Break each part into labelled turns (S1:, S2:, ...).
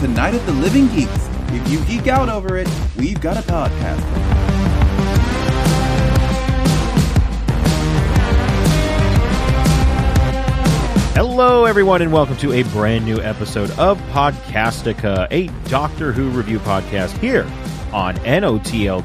S1: to Night of the Living Geeks. If you geek out over it, we've got a podcast.
S2: Hello, everyone, and welcome to a brand new episode of Podcastica, a Doctor Who review podcast here on NOTLG.com,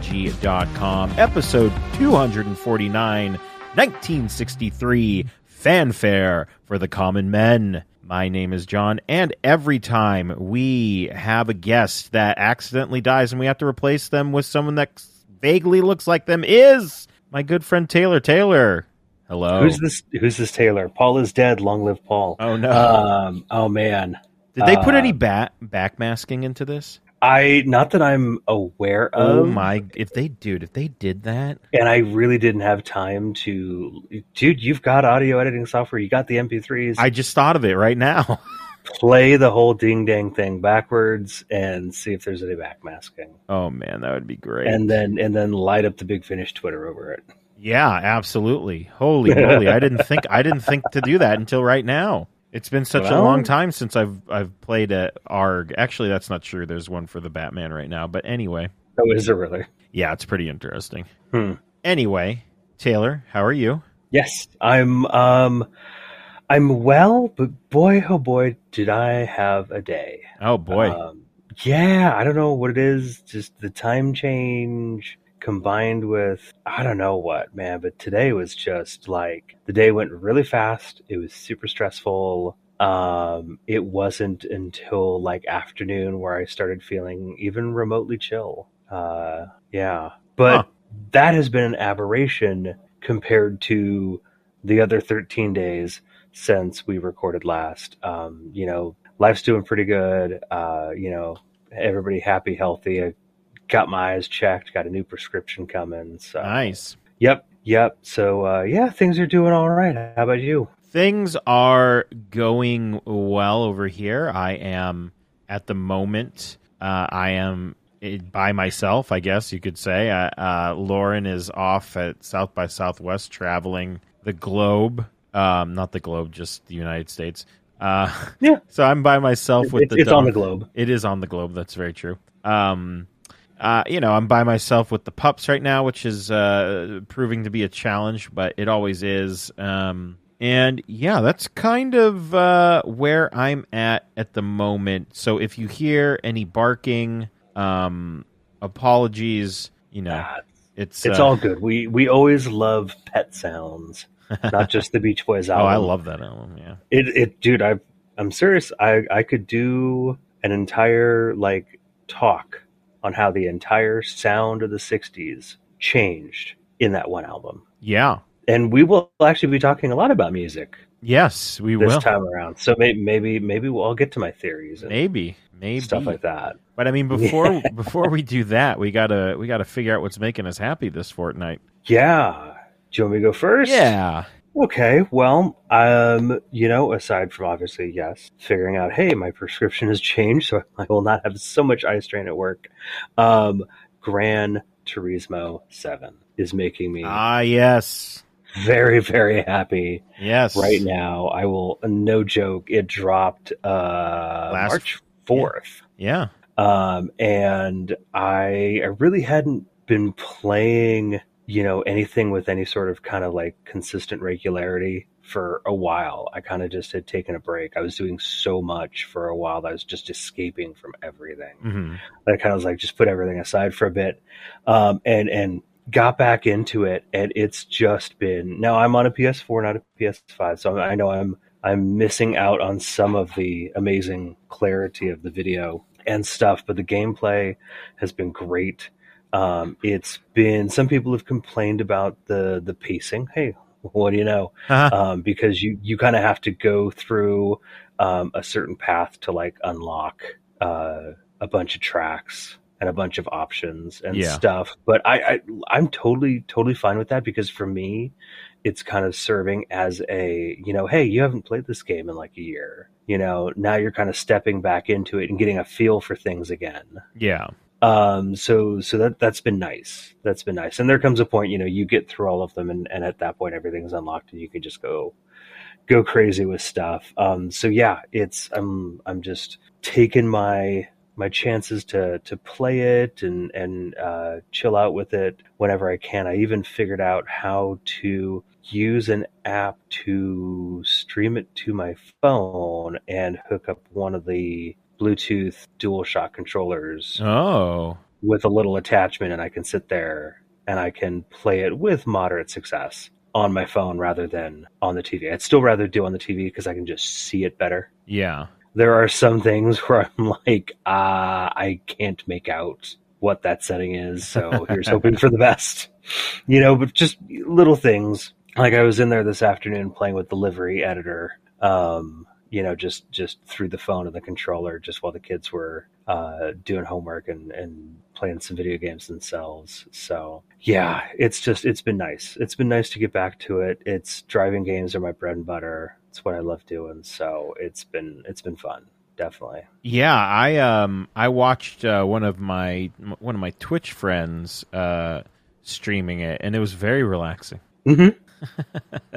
S2: episode 249, 1963 Fanfare for the Common Men. My name is John, and every time we have a guest that accidentally dies and we have to replace them with someone that vaguely looks like them is my good friend Taylor Taylor. Hello.
S3: Who's this? Who's this Taylor? Paul is dead. Long live Paul.
S2: Oh, no.
S3: Um, oh man.
S2: Did they put
S3: Uh,
S2: any bat backmasking into this?
S3: I not that I'm aware
S2: oh
S3: of.
S2: my! If they dude, if they did that,
S3: And I really didn't have time to. Dude, you've got audio editing software. You got the MP3s.
S2: I just thought of it right now.
S3: play the whole ding dang thing backwards and see if there's any backmasking,
S2: Oh man, that would be great.
S3: and then and then light up the big finish Twitter over it.
S2: yeah, absolutely. Holy moly! I didn't think I didn't think to do that until right now. It's been such a
S3: Well-
S2: long time since I've I've played at ARG. Actually, that's not true. There's one for the Batman right now, but anyway,
S3: Oh, is it really?
S2: yeah, it's pretty interesting.
S3: Hmm.
S2: Anyway, Taylor, how are you?
S3: Yes, I'm. Um, I'm well, but boy, oh boy, did I have a day.
S2: Oh boy,
S3: Um, yeah, I don't know what it is. Just the time change combined with I don't know what, man. But today was just like the day went really fast. It was super stressful. Um, it wasn't until like afternoon where I started feeling even remotely chill. Uh, yeah, but
S2: Huh.
S3: that has been an aberration compared to the other 13 days since we recorded last. Um, you know, life's doing pretty good. Uh, you know, everybody happy, healthy. I got my eyes checked, got a new prescription coming. So,
S2: nice.
S3: yep, yep. So, uh, yeah, things are doing all right. How about you?
S2: Things are going well over here. I am at the moment. Uh, I am eh, by myself, I guess you could say. Uh, uh, Lauren is off at South by Southwest traveling the globe, um, not the globe, just the United States. Uh,
S3: Yeah.
S2: So I'm by myself with
S3: It's,
S2: the
S3: it's
S2: dog.
S3: on the globe.
S2: It is on the globe. That's very true. Um, uh, you know, I'm by myself with the pups right now, which is uh, proving to be a challenge, but it always is. Um, and yeah, that's kind of uh, where I'm at at the moment. So if you hear any barking, um, apologies. You know,
S3: Ah,
S2: it's
S3: it's
S2: uh,
S3: all good. We we always love pet sounds, not just the Beach Boys
S2: Oh,
S3: album.
S2: I love that album. Yeah,
S3: it it dude i i'm serious i i could do an entire like talk on how the entire sound of the 60s changed in that one album
S2: yeah,
S3: and we will actually be talking a lot about music
S2: yes, we
S3: this
S2: will.
S3: time around so maybe maybe maybe we'll I'll get to my theories and
S2: Maybe, maybe
S3: stuff like that
S2: But I mean, before before we do that, we gotta we gotta figure out what's making us happy this fortnight.
S3: yeah do you want me to go first
S2: Yeah.
S3: Okay, well, um, you know, aside from obviously, yes, figuring out, hey, my prescription has changed, so I will not have so much eye strain at work. Um, Gran Turismo 7 is making me
S2: Ah, yes.
S3: very, very happy
S2: Yes.
S3: right now. I will, no joke, it dropped uh,
S2: Last-
S3: March 4th.
S2: Yeah.
S3: Um, and I, I really hadn't been playing, you know, anything with any sort of kind of like consistent regularity for a while. I kind of just had taken a break. I was doing so much for a while that I was just escaping from everything.
S2: hmm
S3: I kind of was like, just put everything aside for a bit, um, and and got back into it. And it's just been now I'm on a PS4, not a PS5, so I know I'm I'm missing out on some of the amazing clarity of the video and stuff, but the gameplay has been great. Um, it's been some people have complained about the the pacing. Hey, what do you know?
S2: Uh-huh.
S3: um, because you you kind of have to go through um, a certain path to like unlock uh, a bunch of tracks and a bunch of options and
S2: Yeah.
S3: stuff. But I, I I'm totally totally fine with that because for me, it's kind of serving as a you know hey you haven't played this game in like a year you know now you're kind of stepping back into it and getting a feel for things again
S2: yeah.
S3: um so so that that's been nice that's been nice and there comes a point you know you get through all of them and, and at that point everything's unlocked and you can just go go crazy with stuff. Um, so yeah, it's I'm I'm just taking my my chances to to play it and and uh, chill out with it whenever I can. I even figured out how to use an app to stream it to my phone and hook up one of the Bluetooth DualShock controllers
S2: Oh,
S3: with a little attachment, and I can sit there and I can play it with moderate success on my phone rather than on the TV. I'd still rather do on the TV because I can just see it better
S2: yeah.
S3: there are some things where I'm like, ah, I can't make out what that setting is. So here's hoping for the best, you know, but just little things. Like I was in there this afternoon playing with the livery editor, um, you know, just, just through the phone and the controller, just while the kids were, uh, doing homework and, and playing some video games themselves. So yeah, it's just, it's been nice. It's been nice to get back to it. It's driving games are my bread and butter. It's what I love doing. So it's been, it's been fun. Definitely.
S2: Yeah, I um I watched uh, one of my m- one of my Twitch friends uh streaming it and it was very relaxing.
S3: hmm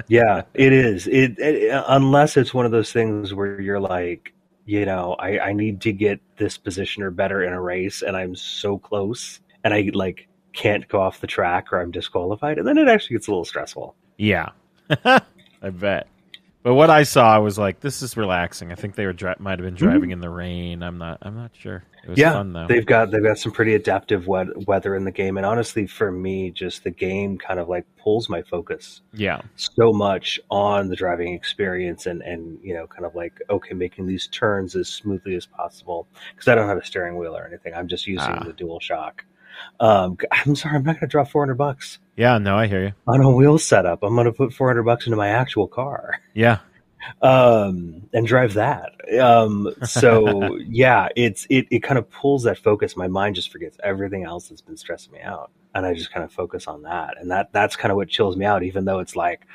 S3: yeah, it is. It, it unless it's one of those things where you're like, you know, I, I need to get this position or better in a race, and I'm so close, and I like can't go off the track or I'm disqualified, and then it actually gets a little stressful.
S2: Yeah. I bet. But what I saw I was like this is relaxing. I think they were dri- might have been driving in the rain. I'm not I'm not sure. It was
S3: Mm-hmm. Yeah,
S2: fun though.
S3: They've got they've got some pretty adaptive wet, weather in the game, and honestly, for me, just the game kind of like pulls my focus
S2: Yeah.
S3: so much on the driving experience and and you know kind of like okay making these turns as smoothly as possible because i don't have a steering wheel or anything i'm just using
S2: Ah.
S3: the dual shock um i'm sorry i'm not gonna draw 400 bucks
S2: Yeah, no, I hear you.
S3: on a wheel setup i'm gonna put 400 bucks into my actual car
S2: Yeah.
S3: um and drive that um so yeah it's it, it kind of pulls that focus my mind just forgets everything else that's been stressing me out and i just kind of focus on that and that that's kind of what chills me out even though it's like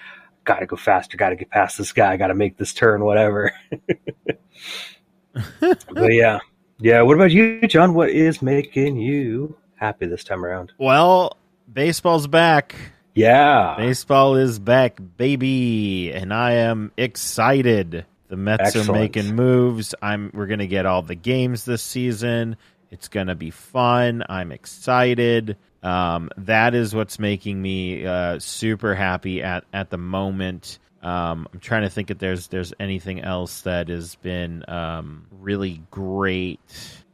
S3: gotta go faster gotta get past this guy gotta make this turn whatever but yeah yeah what about you john what is making you happy this time around
S2: Well, baseball's back.
S3: yeah
S2: Baseball is back, baby, and I am excited. The Mets are
S3: Excellent.
S2: making moves. I'm we're gonna get all the games this season. It's gonna be fun. I'm excited. Um, that is what's making me uh, super happy at at the moment. Um, I'm trying to think if there's there's anything else that has been um, really great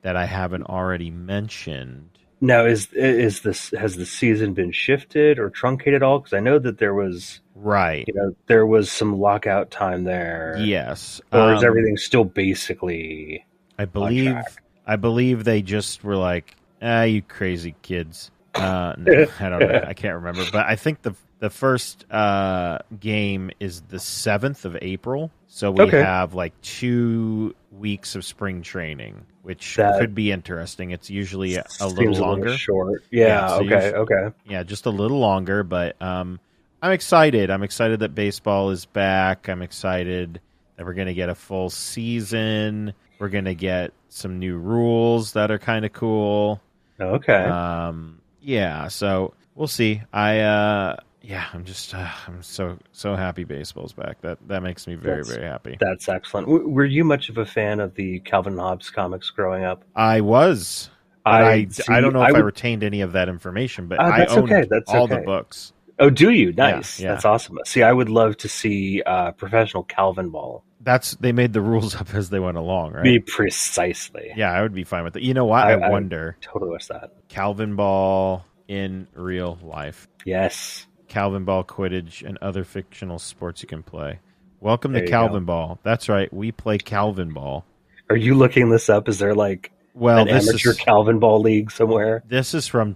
S2: that I haven't already mentioned.
S3: now is is this has the season been shifted or truncated at all because i know that there was
S2: Right.
S3: you know there was some lockout time there
S2: Yes.
S3: or is
S2: Um,
S3: everything still basically
S2: I believe
S3: track.
S2: I believe they just were like, "Ah, you crazy kids." Uh, no, I don't know. I can't remember, but I think the the first uh, game is the seventh of April, so we
S3: Okay.
S2: have like two weeks of spring training, which
S3: That
S2: could be interesting. It's usually a, a
S3: seems
S2: little longer,
S3: short yeah,
S2: Yeah, so
S3: okay
S2: you've-
S3: okay
S2: yeah, just a little longer, but um, I'm excited. I'm excited that baseball is back. I'm excited that we're going to get a full season. We're going to get some new rules that are kind of cool.
S3: okay
S2: Um, yeah, so we'll see. I uh, yeah, I'm just uh, I'm so so happy baseball's back. That that makes me very
S3: That's-
S2: very happy.
S3: that's excellent w- were you much of a fan of the calvin and hobbes comics growing up
S2: I was. but I,
S3: see-
S2: I don't know if I,
S3: would-
S2: retained any of that information, but
S3: Ah,
S2: I
S3: that's
S2: owned
S3: okay, that's
S2: all the
S3: okay.
S2: books.
S3: oh do you nice
S2: yeah.
S3: that's awesome see i would love to see uh professional calvin ball
S2: That's they made the rules up as they went along, right?
S3: be precisely
S2: Yeah, I would be fine with that. You know what? I,
S3: I- I-
S2: wonder
S3: totally wish that
S2: Calvin Ball in real life.
S3: yes
S2: Calvin Ball Quidditch and other fictional sports you can play. Welcome
S3: There
S2: to
S3: you
S2: Calvin Ball. That's right. We play Calvin Ball.
S3: are you looking this up is there like
S2: Well,
S3: an
S2: this
S3: amateur
S2: is
S3: calvin ball league somewhere
S2: this is from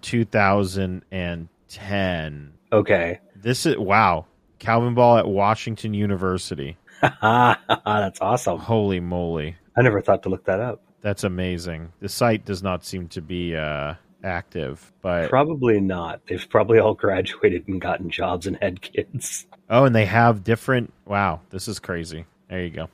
S2: 2010.
S3: okay
S2: This is wow. Calvin Ball at Washington University.
S3: that's awesome
S2: Holy moly.
S3: i never thought to look that up
S2: That's amazing. The site does not seem to be uh active, but
S3: Probably not. They've probably all graduated and gotten jobs and had kids.
S2: Oh, and they have different. Wow, this is crazy. There you go.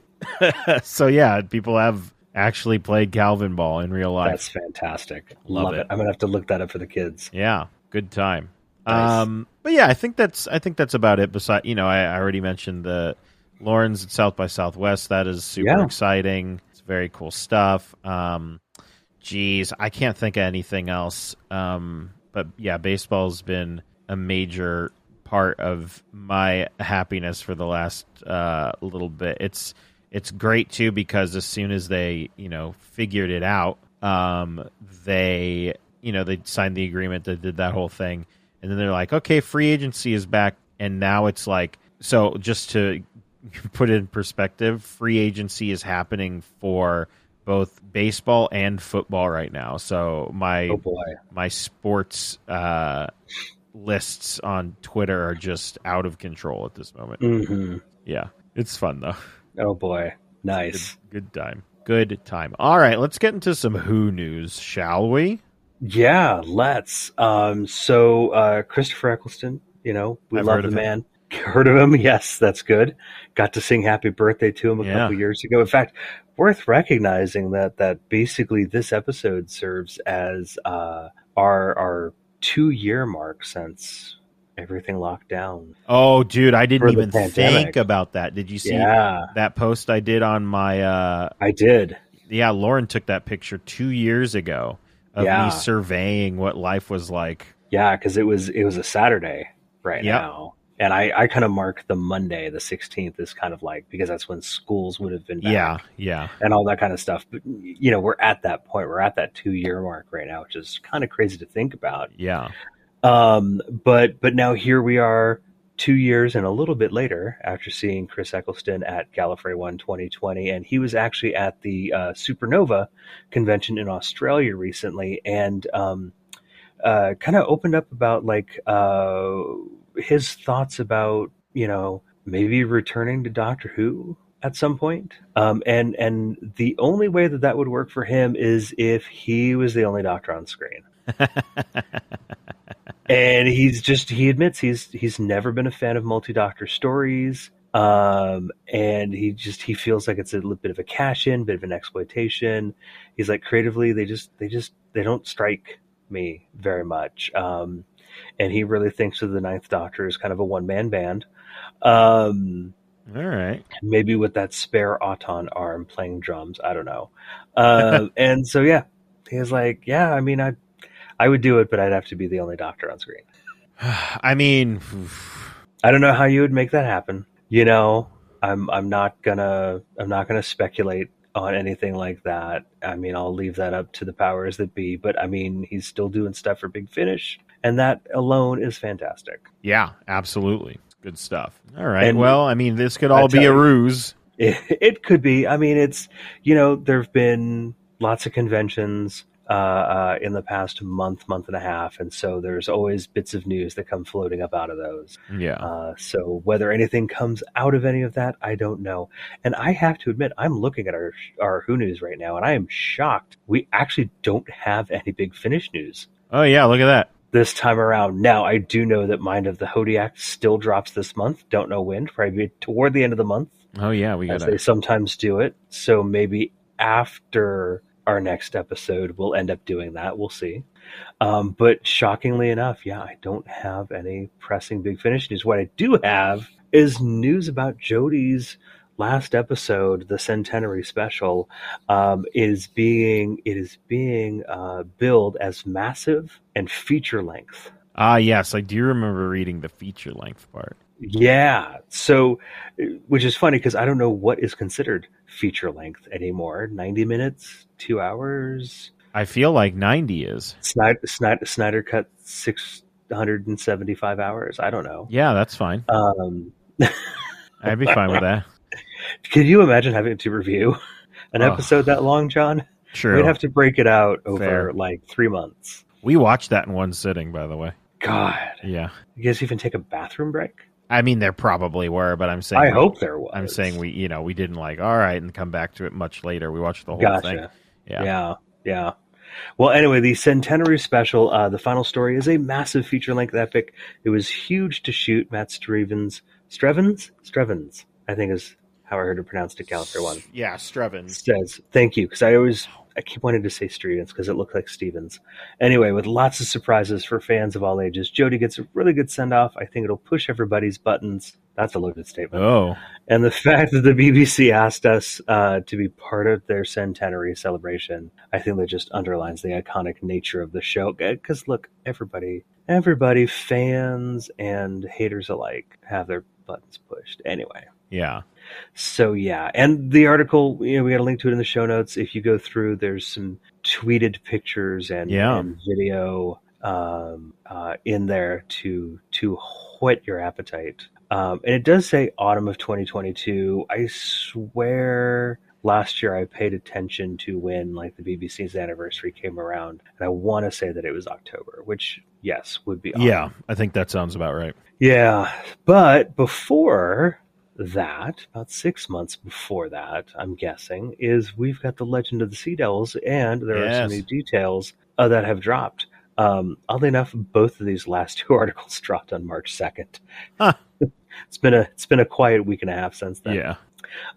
S2: so yeah, people have actually played Calvin Ball in real life.
S3: That's fantastic.
S2: Love
S3: Love,
S2: it.
S3: it. I'm gonna have to look that up for the kids.
S2: yeah, good time.
S3: Nice.
S2: Um, but yeah, I think that's I think that's about it. Besides, you know, I, I already mentioned the Lauren's at South by Southwest. That is super
S3: Yeah.
S2: exciting. It's very cool stuff. Um, geez, I can't think of anything else. Um, but yeah, baseball's been a major part of my happiness for the last uh, little bit. It's it's great too because as soon as they you know figured it out, um, they you know they signed the agreement. They did that whole thing, and then they're like, okay, free agency is back, and now it's like so. Just to put it in perspective, free agency is happening for both baseball and football right now. So my
S3: Oh boy.
S2: my sports uh, lists on Twitter are just out of control at this moment.
S3: hmm
S2: Yeah, it's fun though.
S3: Oh boy.
S2: Good,
S3: Nice.
S2: good time. Good time. All right, let's get into some Who news, shall we?
S3: Yeah, let's. Um, so uh, Christopher Eccleston, you know, we
S2: I've
S3: love
S2: heard
S3: the
S2: of
S3: man. Heard of him? Yes, that's good. Got to sing "Happy Birthday" to him a
S2: Yeah.
S3: couple years ago. In fact, worth recognizing that that basically this episode serves as uh, our our two year mark since everything locked down.
S2: Oh, dude, I didn't
S3: For the
S2: even think
S3: pandemic.
S2: about that. Did you see
S3: yeah,
S2: that post I did on my? Uh,
S3: I did.
S2: yeah, Lauren took that picture two years ago of
S3: Yeah.
S2: me surveying what life was like.
S3: Yeah, because it was it was a Saturday right
S2: Yeah.
S3: now, and I I kind of mark the Monday, the sixteenth, is kind of like because that's when schools would have been back
S2: Yeah, yeah,
S3: and all that kind of stuff. But you know, we're at that point. We're at that two year mark right now, which is kind of crazy to think about.
S2: yeah.
S3: Um, but but now here we are, two years and a little bit later, after seeing Chris Eccleston at Gallifrey One 2020, and he was actually at the uh, Supernova convention in Australia recently, and um, uh, kind of opened up about like uh, his thoughts about you know maybe returning to Doctor Who at some point. Um, and and the only way that that would work for him is if he was the only Doctor on screen and he's just he admits he's he's never been a fan of multi-doctor stories um and he just he feels like it's a little bit of a cash in bit of an exploitation he's like creatively they just they just they don't strike me very much um and he really thinks of the ninth doctor as kind of a one-man band um
S2: All right.
S3: maybe with that spare auton arm playing drums. I don't know. Uh, and so yeah, he was like, yeah, I mean, I, I would do it, but I'd have to be the only doctor on screen.
S2: I mean, oof.
S3: I don't know how you would make that happen. You know, I'm I'm not gonna I'm not gonna speculate on anything like that. I mean, I'll leave that up to the powers that be. But I mean, he's still doing stuff for Big Finish, and that alone is fantastic.
S2: Yeah, absolutely. Good stuff. All right.
S3: And-
S2: well, I mean, this could
S3: I
S2: all be
S3: tell
S2: a
S3: you.
S2: ruse.
S3: it, it could be. I mean, it's you know there have been lots of conventions uh, uh, in the past month, month and a half, and so there's always bits of news that come floating up out of those.
S2: Yeah.
S3: Uh, so whether anything comes out of any of that, I don't know. And I have to admit, I'm looking at our our Who news right now, and I am shocked. We actually don't have any big finish news
S2: Oh yeah, look at that.
S3: this time around. Now, I do know that Mind of the Hodiak still drops this month. Don't know when, probably toward the end of the month
S2: Oh yeah, we got
S3: as they sometimes do it. So maybe after our next episode, we'll end up doing that. We'll see. Um, but shockingly enough, yeah, I don't have any pressing big finish news. What I do have is news about Jody's last episode, the centenary special, um, is being it is being uh, billed as massive and feature length.
S2: Ah yes, I do remember reading the feature length part.
S3: Yeah. So, which is funny because I don't know what is considered feature length anymore. 90 minutes, two hours.
S2: I feel like ninety is.
S3: Snyder, Snyder, Snyder cut 675 hours. I don't know.
S2: Yeah, that's fine.
S3: Um,
S2: I'd be fine with that.
S3: can you imagine having to review an
S2: Ugh.
S3: episode that long, John?
S2: True.
S3: We'd have to break it out over
S2: Fair.
S3: like three months.
S2: we watched that in one sitting, by the way.
S3: God.
S2: Yeah.
S3: You guys even take a bathroom break?
S2: I mean, there probably were, but I'm saying
S3: I hope there was.
S2: I'm saying we, you know, we didn't like all right and come back to it much later. We watched the whole
S3: Gotcha.
S2: thing. Yeah.
S3: yeah yeah. well anyway the centenary special uh, the final story is a massive feature-length epic it was huge to shoot matt strevens strevens strevens i think is how i heard it pronounced at calendar one
S2: Yeah, Strevin.
S3: says thank you because I always I keep wanting to say Stevens because it looked like Stevens. Anyway, with lots of surprises for fans of all ages, Jody gets a really good send off. I think it'll push everybody's buttons. That's a loaded statement.
S2: Oh,
S3: And the fact that the BBC asked us uh, to be part of their centenary celebration, I think that just underlines the iconic nature of the show. Because look, everybody, everybody, fans and haters alike, have their buttons pushed anyway.
S2: yeah.
S3: So yeah, and the article, you know, we got a link to it in the show notes. If you go through, there's some tweeted pictures and,
S2: Yeah.
S3: and video um, uh, in there to to whet your appetite. Um, and it does say autumn of 2022. I swear, last year I paid attention to when like the BBC's anniversary came around, and I want to say that it was October, which yes would be autumn.
S2: Yeah, I think that sounds about right.
S3: Yeah, but before that, about six months before that, I'm guessing, is we've got the Legend of the Sea Devils, and there are
S2: Yes.
S3: some new details uh, that have dropped. Um, oddly enough, both of these last two articles dropped on March second.
S2: Huh.
S3: it's been a it's been a quiet week and a half since then.
S2: Yeah.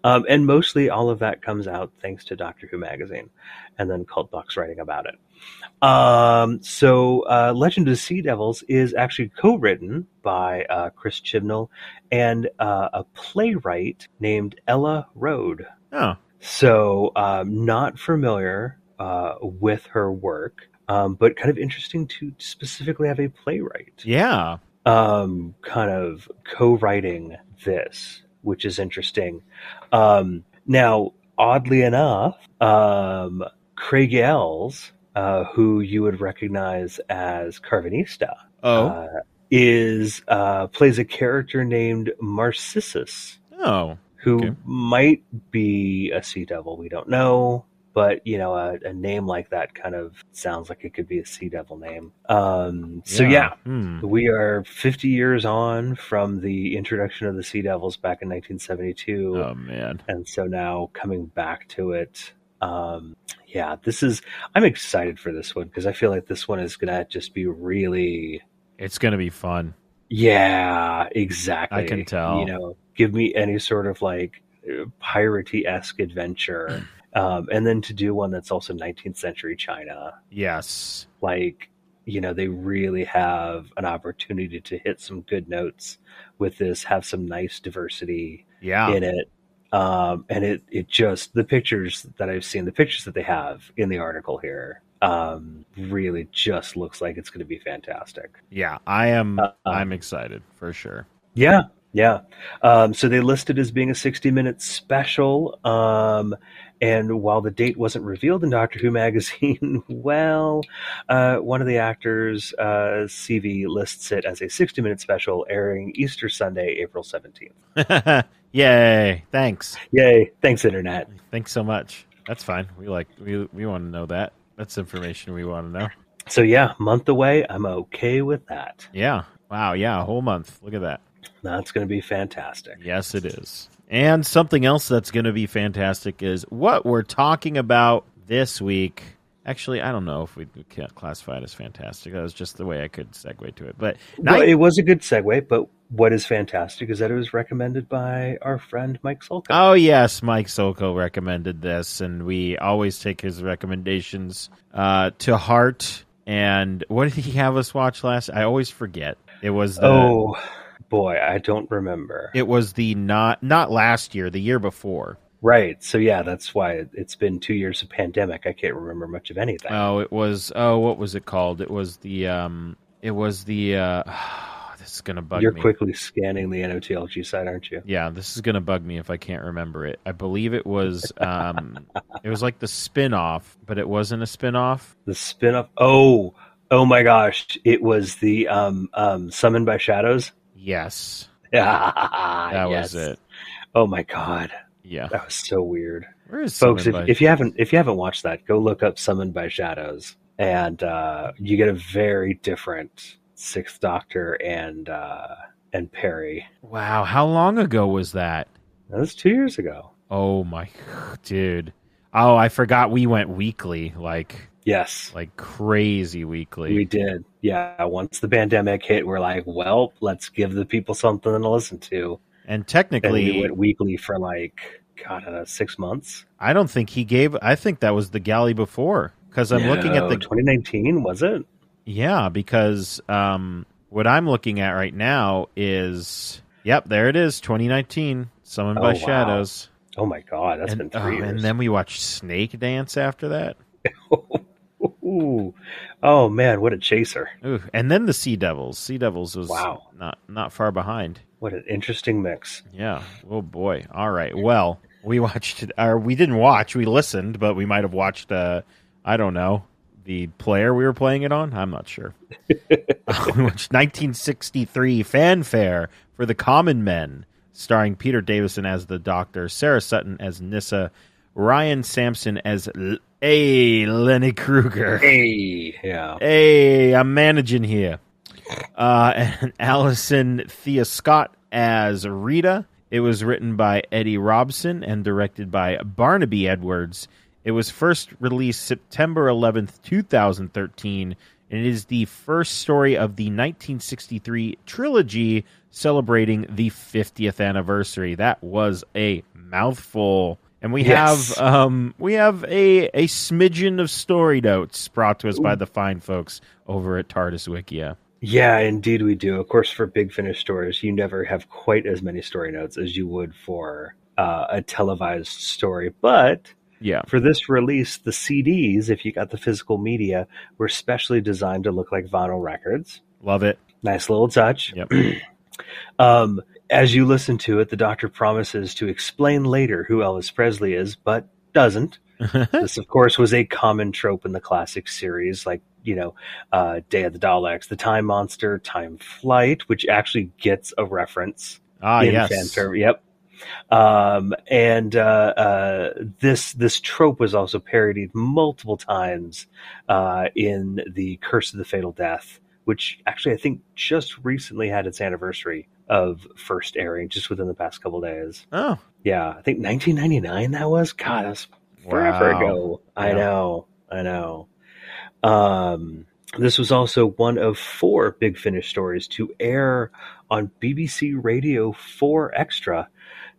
S3: Um, and mostly all of that comes out thanks to Doctor Who magazine and then Cult Box writing about it. Um, so, uh, Legend of the Sea Devils is actually co written by uh, Chris Chibnall and uh, a playwright named Ella Rode.
S2: Oh,
S3: So, um, not familiar uh, with her work, um, but kind of interesting to specifically have a playwright
S2: yeah.
S3: um, kind of co-writing this, which is interesting. Um, now, oddly enough, um, Craig Ells, uh, who you would recognize as Carvanista,
S2: Oh,
S3: uh, is uh, plays a character named Narcissus
S2: oh,
S3: who
S2: Okay.
S3: might be a sea devil. We don't know, but you know, a, a name like that kind of sounds like it could be a sea devil name. Um, so yeah.
S2: Hmm.
S3: We are 50 years on from the introduction of the Sea Devils back in 1972,
S2: Oh man.
S3: and so now coming back to it. Um, yeah, this is. I'm excited for this one because I feel like this one is gonna just be really.
S2: It's gonna be fun.
S3: Yeah, exactly.
S2: I can tell.
S3: You know, give me any sort of like piratey esque adventure, um, and then to do one that's also 19th century China
S2: Yes.
S3: like you know they really have an opportunity to hit some good notes with this have some nice diversity
S2: Yeah.
S3: in it um, and it it just the pictures that i've seen the pictures that they have in the article here um, really just looks like it's going to be fantastic
S2: Yeah. I am.
S3: Uh,
S2: I'm excited for sure.
S3: yeah, yeah. Um, so they listed as being a 60 minute special. Um, and while the date wasn't revealed in Doctor Who magazine, well, uh, one of the actors, uh, CV, lists it as a 60 minute special airing Easter Sunday, April 17th.
S2: Yay! Thanks.
S3: Yay. Thanks, Internet.
S2: Thanks so much. That's fine. We like. We we want to know that. That's information we want to know.
S3: So, yeah, month away. I'm okay with that.
S2: Yeah. Wow. Yeah. A whole month. Look at that.
S3: That's going to be fantastic.
S2: Yes, it is. And something else that's going to be fantastic is what we're talking about this week. Actually, I don't know if we can't classify it as fantastic. That was just the way I could segue to it. But
S3: Well,
S2: Night-
S3: it was a good segue, but what is fantastic is that it was recommended by our friend Mike Sulka.
S2: Oh yes, Mike Soko recommended this, and we always take his recommendations uh, to heart. And what did he have us watch last? I always forget. It was the
S3: Oh boy, I don't remember.
S2: it was the not not last year, the year before.
S3: right. So yeah, that's why it- it's been 2 years of pandemic. I can't remember much of anything.
S2: Oh, it was oh, what was it called? It was the um, it was the uh, this is gonna bug
S3: You're
S2: me.
S3: quickly scanning the NOTLG site, aren't you?
S2: Yeah, this is gonna bug me if I can't remember it. I believe it was um, it was like the spin off, but it wasn't a spin off.
S3: The spin-off. Oh, oh my gosh, it was the um um Summoned by Shadows.
S2: Yes,
S3: that
S2: that was it.
S3: Oh my god,
S2: Yeah.
S3: that was so weird.
S2: Where is
S3: Folks, if,
S2: someone by-
S3: if you haven't if you haven't watched that, go look up Summoned by Shadows and uh you get a very different Sixth Doctor and uh and Perry.
S2: wow, how long ago was that?
S3: That was two years ago.
S2: Oh my dude. Oh, I forgot we went weekly, like
S3: Yes,
S2: like crazy weekly.
S3: we did. Yeah, once the pandemic hit, we're like, well, let's give the people something to listen to.
S2: and
S3: And we
S2: technically,
S3: went weekly for like, God, uh, six months.
S2: I don't think he gave. I think that was the galley before because I'm looking at
S3: No,
S2: the
S3: 2019, was it?
S2: yeah because um what I'm looking at right now is Yep, there it is, 2019. Summoned
S3: Oh,
S2: by
S3: wow.
S2: Shadows.
S3: Oh my god, that's
S2: and,
S3: been
S2: oh,
S3: three years.
S2: and then we watched Snake Dance after that.
S3: Ooh. Oh man, what a chaser!
S2: Ooh, and then the Sea Devils. Sea Devils was
S3: Wow.
S2: not not far behind.
S3: What an interesting mix.
S2: Yeah. Oh boy. All right. Well, we watched or we didn't watch. We listened, but we might have watched. Uh, I don't know the player we were playing it on. I'm not sure. we watched 1963 fanfare for the Common Men, starring Peter Davison as the Doctor, Sarah Sutton as Nissa, Ryan Sampson as L- a Lenny Kruger.
S3: Hey, yeah.
S2: Hey, I'm managing here. Uh, and Allison Thea Scott as Rita. It was written by Eddie Robson and directed by Barnaby Edwards. It was first released September 11th, 2013, and it is the first story of the 1963 trilogy celebrating the 50th anniversary. That was a mouthful. And we
S3: Yes.
S2: have um, we have a, a smidgen of story notes brought to us by the fine folks over at TARDIS Wikia.
S3: Yeah, indeed we do. Of course, for Big Finish stories, you never have quite as many story notes as you would for uh, a televised story. But
S2: Yeah.
S3: for this release, the CDs, if you got the physical media, were specially designed to look like vinyl records.
S2: Love it.
S3: Nice little touch.
S2: Yep.
S3: um, as you listen to it, the doctor promises to explain later who Elvis Presley is, but doesn't. this, of course, was a common trope in the classic series, like you know, uh, Day of the Daleks, the Time Monster, Time Flight, which actually gets a reference
S2: ah,
S3: in
S2: yes.
S3: fanfare. Yep. Um, and uh, uh, this this trope was also parodied multiple times uh, in the Curse of the Fatal Death, which actually I think just recently had its anniversary of first airing, just within the past couple days.
S2: Oh,
S3: Yeah, I think 1999 that was. God, that's forever
S2: wow.
S3: ago. I
S2: Yeah.
S3: know. I know. Um, this was also one of four Big Finish stories to air on BBC Radio 4 Extra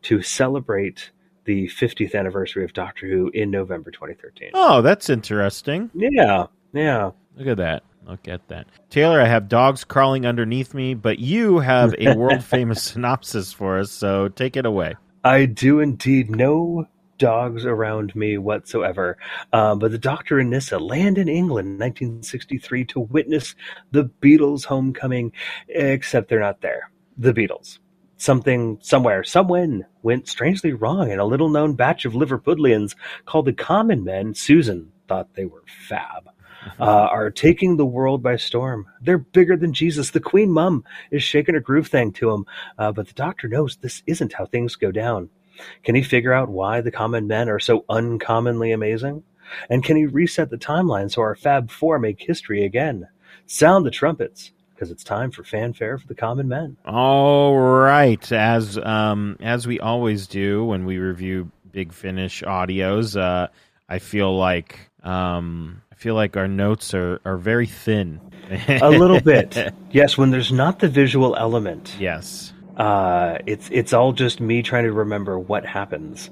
S3: to celebrate the 50th anniversary of Doctor Who in November 2013.
S2: Oh, that's interesting.
S3: Yeah. Yeah.
S2: Look at that. Look at that. Taylor, I have dogs crawling underneath me, but you have a world famous synopsis for us, so take it away.
S3: I do indeed. No dogs around me whatsoever. Uh, but the Doctor and Nissa land in England in 1963 to witness the Beatles' homecoming, except they're not there. The Beatles. Something, somewhere, someone went strangely wrong, and a little known batch of Liverpudlians called the Common Men, Susan thought they were fab, uh, are taking the world by storm. They're bigger than Jesus. The Queen Mum is shaking her groove thing to him, uh, but the doctor knows this isn't how things go down. Can he figure out why the common men are so uncommonly amazing? And can he reset the timeline so our Fab Four make history again? Sound the trumpets, because it's time for fanfare for the common men.
S2: All right, as um as we always do when we review Big Finish audios, uh, I feel like um I feel like our notes are are very thin.
S3: A little bit. Yes, when there's not the visual element,
S2: yes.
S3: uh, it's, it's all just me trying to remember what happens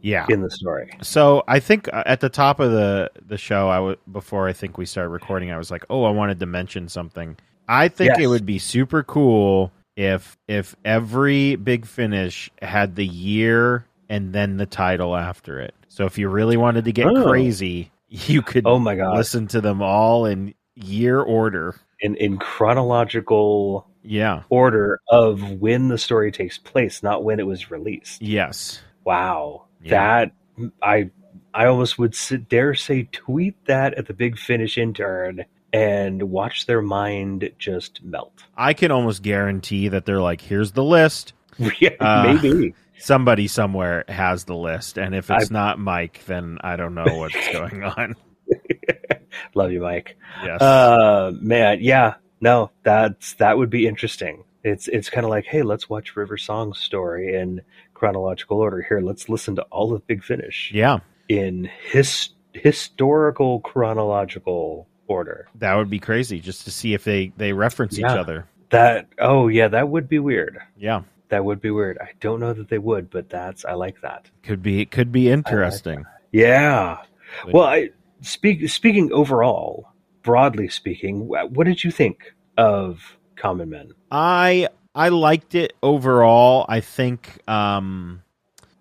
S2: Yeah.
S3: in the story.
S2: So I think uh, at the top of the the show, I w- before I think we started recording, I was like, "Oh, I wanted to mention something." I think it
S3: Yes.
S2: would be super cool if if every big finish had the year and then the title after it. So if you really wanted to get
S3: Oh.
S2: crazy, you could
S3: Oh my God.
S2: listen to them all in year order.
S3: In, in chronological
S2: Yeah.
S3: order of when the story takes place, not when it was released.
S2: Yes.
S3: Wow,
S2: Yeah.
S3: that I I almost would sit, dare say tweet that at the big finish intern and watch their mind just melt.
S2: I can almost guarantee that they're like, "Here's the list.
S3: yeah,
S2: Uh,
S3: maybe.
S2: somebody somewhere has the list and if it's
S3: I-
S2: not mike then i don't know what's going on
S3: Love you, Mike.
S2: yes
S3: Uh, man, yeah, no, that's that would be interesting. It's it's kind of like, hey, let's watch River Song's story in chronological order. Here, let's listen to all of Big Finish
S2: yeah
S3: in his historical chronological order.
S2: that would be crazy just to see if they they reference
S3: Yeah.
S2: each other
S3: That oh yeah, that would be weird.
S2: yeah
S3: That would be weird. I don't know that they would, but that's I like that.
S2: could be it could be interesting
S3: Yeah.
S2: But-
S3: Well, I speak speaking overall, broadly speaking, wh- what did you think of Common Men?
S2: i I liked it overall. I think, um,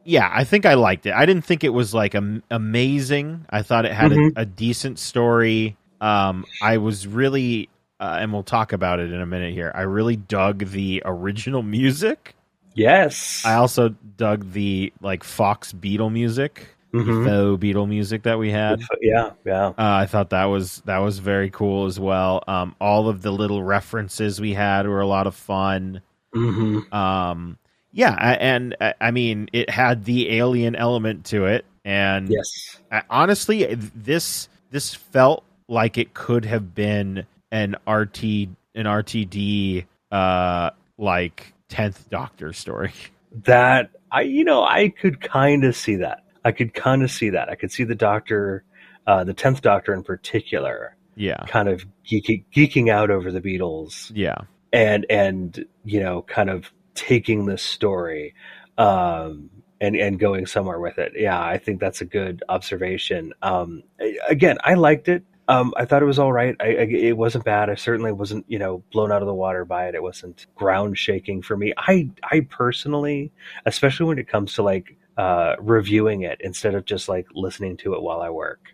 S2: yeah, I think I liked it. I didn't think it was like am- amazing. I thought it had
S3: Mhm.
S2: a, a decent story. Um, I was really, uh, and we'll talk about it in a minute here. I really dug the original music.
S3: Yes.
S2: I also dug the like Fox Beatle music,
S3: Mhm.
S2: faux Beatle music that we had.
S3: Yeah, yeah.
S2: Uh, I thought that was that was very cool as well. Um, all of the little references we had were a lot of fun.
S3: hmm
S2: Um, yeah, I- and uh, I- I mean, it had the alien element to it, and
S3: Yes.
S2: I, honestly, this this felt like it could have been an RT an RTD uh like tenth Doctor story.
S3: That I you know, I could kind of see that. I could kind of see that. I could see the doctor uh the 10th doctor in particular
S2: yeah,
S3: kind of geeky, geeking out over the Beatles
S2: yeah,
S3: and and you know, kind of taking this story um and and going somewhere with it. Yeah, I think that's a good observation. Um a- again, I liked it. Um, I thought it was all right. I, I, it wasn't bad. I certainly wasn't, you know, blown out of the water by it. It wasn't ground shaking for me. I, I personally, especially when it comes to like uh, reviewing it instead of just like listening to it while I work,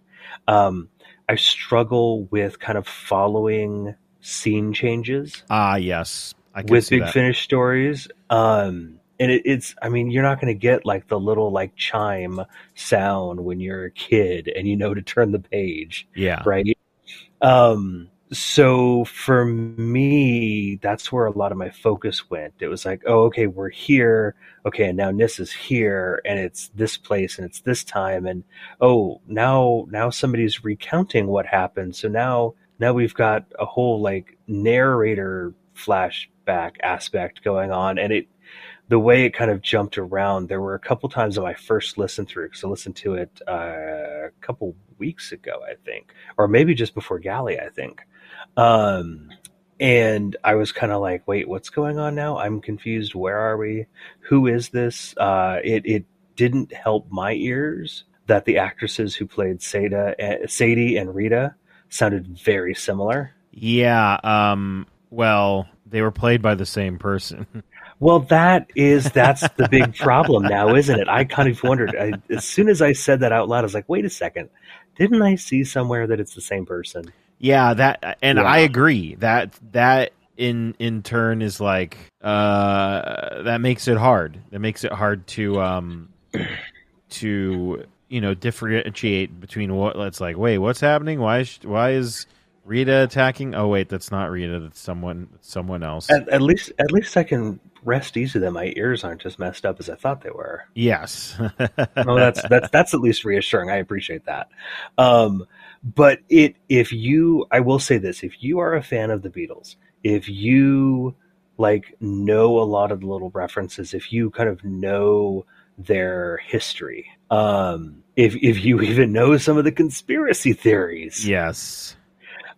S3: um, I struggle with kind of following scene changes
S2: ah, yes, I can
S3: with
S2: see
S3: big
S2: that.
S3: finish stories um and it, it's i mean you're not going to get like the little like chime sound when you're a kid and you know to turn the page
S2: yeah,
S3: right um so for me that's where a lot of my focus went it was like oh okay we're here okay and now this is here and it's this place and it's this time and oh now now somebody's recounting what happened so now now we've got a whole like narrator flashback aspect going on and it the way it kind of jumped around there were a couple times on my first listen through because i listened to it uh, a couple weeks ago i think or maybe just before galley i think um and i was kind of like wait what's going on now i'm confused where are we who is this uh it it didn't help my ears that the actresses who played Sada, eh, sadie and rita sounded very similar
S2: yeah. Um, well, they were played by the same person.
S3: Well, that is that's the big problem now, isn't it? I kind of wondered I, as soon as I said that out loud. I was like, wait a second, didn't I see somewhere that it's the same person?
S2: Yeah, that and
S3: Yeah.
S2: I agree. That that in in turn is like uh that makes it hard. That makes it hard to um to you know differentiate between what it's like, wait, what's happening? Why is why is Rita attacking? Oh wait, that's not Rita, that's someone someone else.
S3: At, at least, at least I can rest easy that my ears aren't as messed up as I thought they were.
S2: yes.
S3: Oh, that's that's that's at least reassuring. I appreciate that. Um, but it if you, I will say this: if you are a fan of the Beatles, if you like know a lot of the little references, if you kind of know their history, um, if if you even know some of the conspiracy theories,
S2: yes.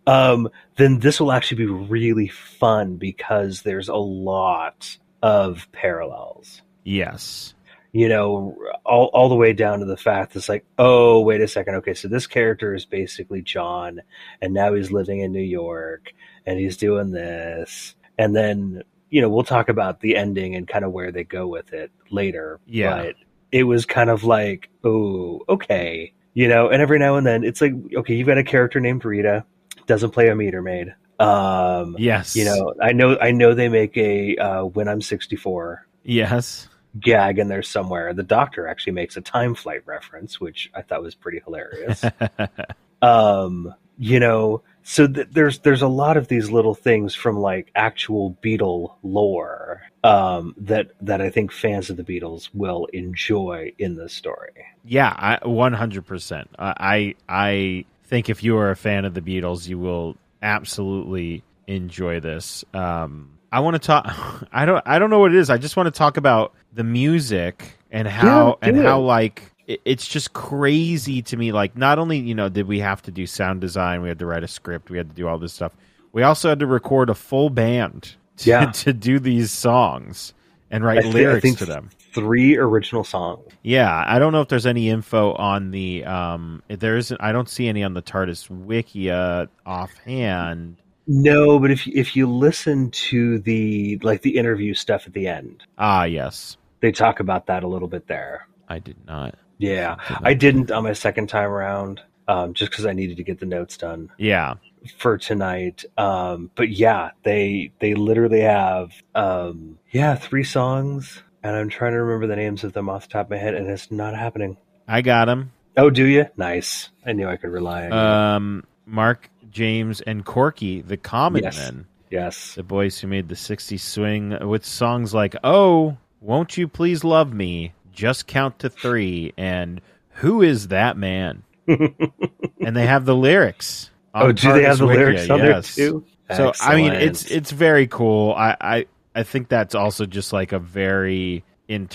S3: um, then this will actually be really fun because there's a lot of parallels
S2: Yes.
S3: you know, all, all the way down to the fact it's like, oh, wait a second. Okay, so this character is basically John, and now he's living in New York, and he's doing this. And then, you know, we'll talk about the ending and kind of where they go with it later.
S2: Yeah.
S3: But it was kind of like, oh, okay. You know, and every now and then it's like, okay, you've got a character named Rita, doesn't play a meter maid. Um,
S2: Yes.
S3: You know, I know, I know they make a uh, when I'm 64
S2: Yes.
S3: gag in there somewhere. The doctor actually makes a time flight reference, which I thought was pretty hilarious. um, you know, so th- there's there's a lot of these little things from like actual Beatle lore um, that that I think fans of the Beatles will enjoy in this story.
S2: Yeah, one hundred percent. I I think if you are a fan of the Beatles, you will absolutely enjoy this. Um, I want to talk. I don't. I don't know what it is. I just want to talk about the music and how
S3: Yeah,
S2: and
S3: do it.
S2: how like it- it's just crazy to me. Like, not only you know did we have to do sound design, we had to write a script, we had to do all this stuff. We also had to record a full band to,
S3: Yeah.
S2: to do these songs and write
S3: I thi- I
S2: lyrics
S3: think-
S2: to them.
S3: Three original songs.
S2: Yeah, I don't know if there's any info on the um. There isn't. I don't see any on the TARDIS wiki uh, offhand.
S3: No, but if if you listen to the like the interview stuff at the end,
S2: Ah, yes,
S3: they talk about that a little bit there.
S2: I did not.
S3: Yeah, I didn't on my second time around, um, just because I needed to get the notes done
S2: Yeah,
S3: for tonight. Um, but yeah, they they literally have um, yeah three songs, and I'm trying to remember the names of them off the top of my head, and it's not happening.
S2: I got him.
S3: Oh, do you? Nice. I knew I could rely on you.
S2: Um, Mark James and Corky, the Common
S3: Yes.
S2: Men,
S3: yes.
S2: the boys who made the '60s swing with songs like "Oh, Won't You Please Love Me," "Just Count to Three, and "Who Is That Man?" and they have the lyrics. on
S3: oh, do they have
S2: Targus
S3: the
S2: Wikia,
S3: lyrics on
S2: yes.
S3: there too?
S2: So I mean, it's
S3: Excellent.
S2: it's very cool. I, I I think that's also just like a very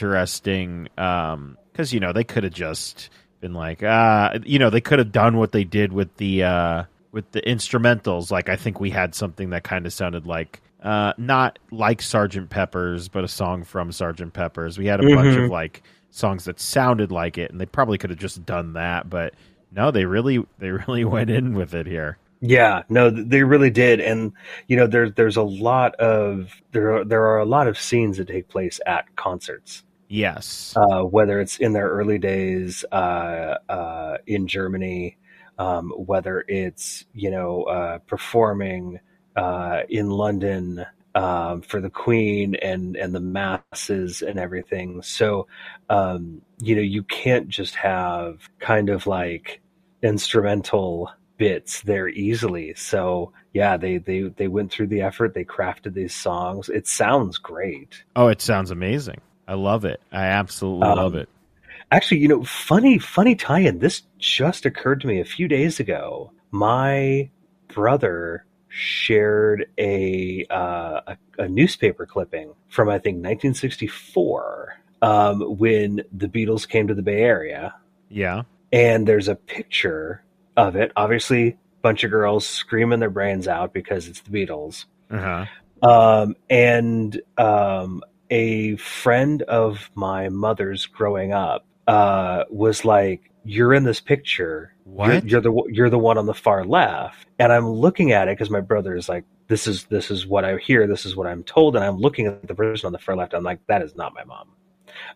S2: interesting um because you know they could have just been like uh you know they could have done what they did with the uh with the instrumentals like i think we had something that kind of sounded like uh not like sergeant peppers but a song from sergeant peppers we had a bunch
S3: Mhm.
S2: of like songs that sounded like it and they probably could have just done that but no they really they really went in with it here
S3: Yeah, no, th- they really did, and you know, there's there's a lot of there are, there are a lot of scenes that take place at concerts,
S2: yes
S3: uh, whether it's in their early days uh, uh, in Germany, um, whether it's you know uh, performing uh, in London um, for the Queen and and the masses and everything. So um, you know, you can't just have kind of like instrumental bits there easily. So yeah, they they they went through the effort. They crafted these songs. It sounds great.
S2: Oh, it sounds amazing. I love it. I absolutely
S3: Um,
S2: love it.
S3: Actually, you know, funny funny tie-in. This just occurred to me a few days ago. My brother shared a uh, a, a newspaper clipping from I think 1964 um, when the Beatles came to the Bay Area.
S2: Yeah.
S3: and there's a picture of it. Obviously, bunch of girls screaming their brains out because it's the Beatles.
S2: Uh-huh.
S3: Um, and um, a friend of my mother's growing up uh, was like, "You're in this picture. You're,
S2: What?
S3: you're the you're the one on the far left." And I'm looking at it because my brother is like, "This is this is what I hear. This is what I'm told." And I'm looking at the person on the far left. I'm like, "That is not my mom."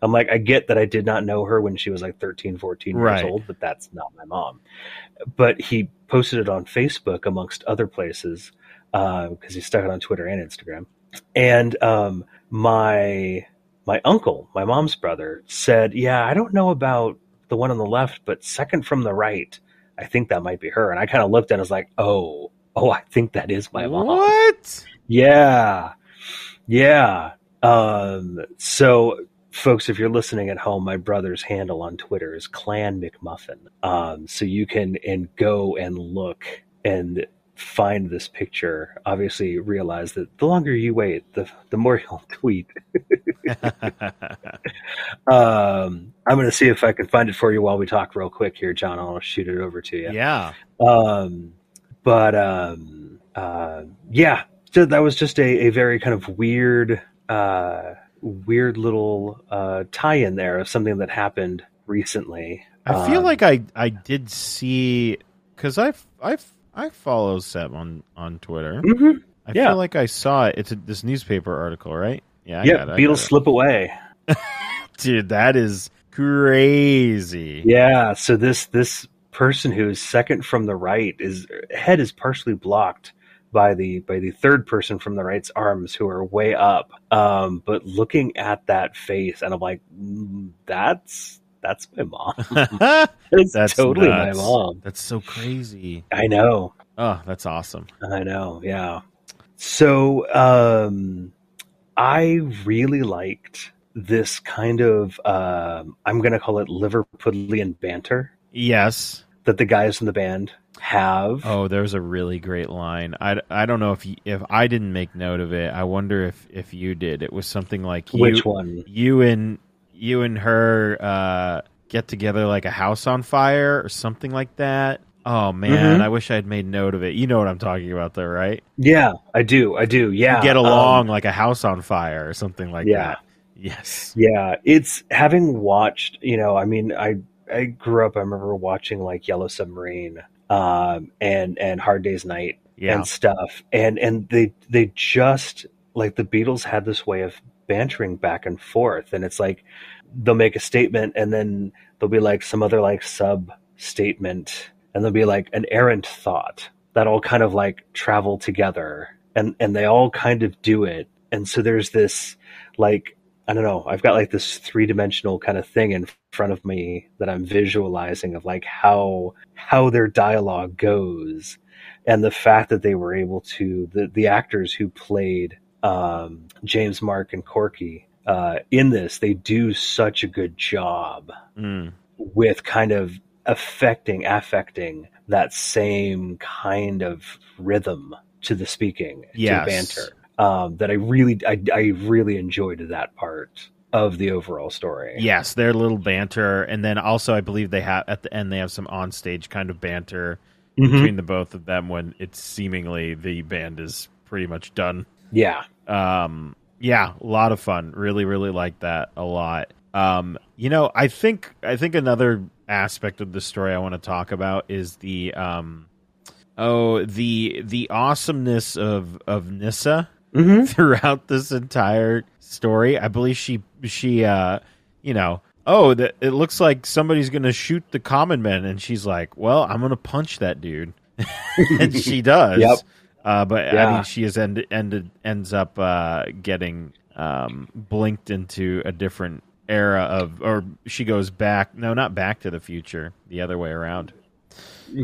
S3: I'm like, I get that I did not know her when she was like 13, 14
S2: Right.
S3: years old, but that's not my mom. But he posted it on Facebook amongst other places because he stuck it on Twitter and Instagram. And um, my my uncle, my mom's brother, said, "Yeah, I don't know about the one on the left, but second from the right, I think that might be her." And I kind of looked and I was like, "Oh, oh, I think that is my mom."
S2: What?
S3: Yeah. Yeah. Um, so folks, if you're listening at home, my brother's handle on Twitter is Clan McMuffin. Um, so you can and go and look and find this picture. Obviously realize that the longer you wait, the the more he'll tweet. Um, I'm gonna see if I can find it for you while we talk real quick here, John. I'll shoot it over to you
S2: yeah.
S3: um but um uh yeah so that was just a, a very kind of weird uh weird little uh tie-in there of something that happened recently
S2: I feel
S3: Um,
S2: like I I did see cuz I I I follow Seb on on Twitter.
S3: Mhm.
S2: I
S3: yeah.
S2: feel like I saw it. It's a, this newspaper article, right? Yeah, I
S3: yeah
S2: got it, I
S3: beatles
S2: got
S3: slip away
S2: it. Dude, that is crazy.
S3: yeah so this this person who is second from the right is head is partially blocked by the by the third person from the right's arms who are way up um but looking at that face and i'm like mm, that's that's my mom It's
S2: That's
S3: totally
S2: nuts.
S3: my mom.
S2: that's so crazy.
S3: I know.
S2: Oh, that's awesome.
S3: I know. Yeah. So um, I really liked this kind of, um, I'm going to call it Liverpudlian banter
S2: Yes.
S3: that the guys in the band have.
S2: Oh, there was a really great line. I, I don't know if you, if I didn't make note of it. I wonder if if you did. It was something like you,
S3: Which one?
S2: you and you and her uh, get together like a house on fire or something like that. Oh man,
S3: Mhm.
S2: I wish I'd made note of it. You know what I'm talking about, though, right?
S3: Yeah, I do. I do.
S2: You
S3: Yeah.
S2: get
S3: um,
S2: along like a house on fire or something like
S3: Yeah.
S2: that. Yes.
S3: Yeah, it's having watched, you know, I mean, I I grew up, I remember watching like Yellow Submarine um and and Hard Day's Night
S2: Yeah.
S3: and stuff and and they they just like the beatles had this way of bantering back and forth and it's like they'll make a statement and then there'll be like some other like sub statement and there'll be like an errant thought that all kind of like travel together and and they all kind of do it and so there's this like i don't know i've got like this three-dimensional kind of thing in front of me that i'm visualizing of like how how their dialogue goes and the fact that they were able to the, the actors who played um, James Mark and Corky uh, in this they do such a good job
S2: Mm.
S3: with kind of affecting affecting that same kind of rhythm to the speaking
S2: Yes.
S3: to banter um, that I really I, I really enjoyed that part of the overall story
S2: Yes, their little banter, and then also I believe they have at the end they have some onstage kind of banter
S3: Mhm.
S2: between the both of them when it's seemingly the band is pretty much done.
S3: yeah
S2: um yeah a lot of fun really really like that a lot um you know i think i think another aspect of the story i want to talk about is the um oh the the awesomeness of of nissa Mm-hmm.
S3: Mhm.
S2: throughout this entire story i believe she she uh you know oh that it looks like somebody's gonna shoot the common man and she's like well i'm gonna punch that dude and she does
S3: Yep.
S2: uh, but I
S3: Yeah.
S2: mean, she is end, ended ends up uh, getting um, blinked into a different era of, or she goes back. No, not back to the future. The other way around.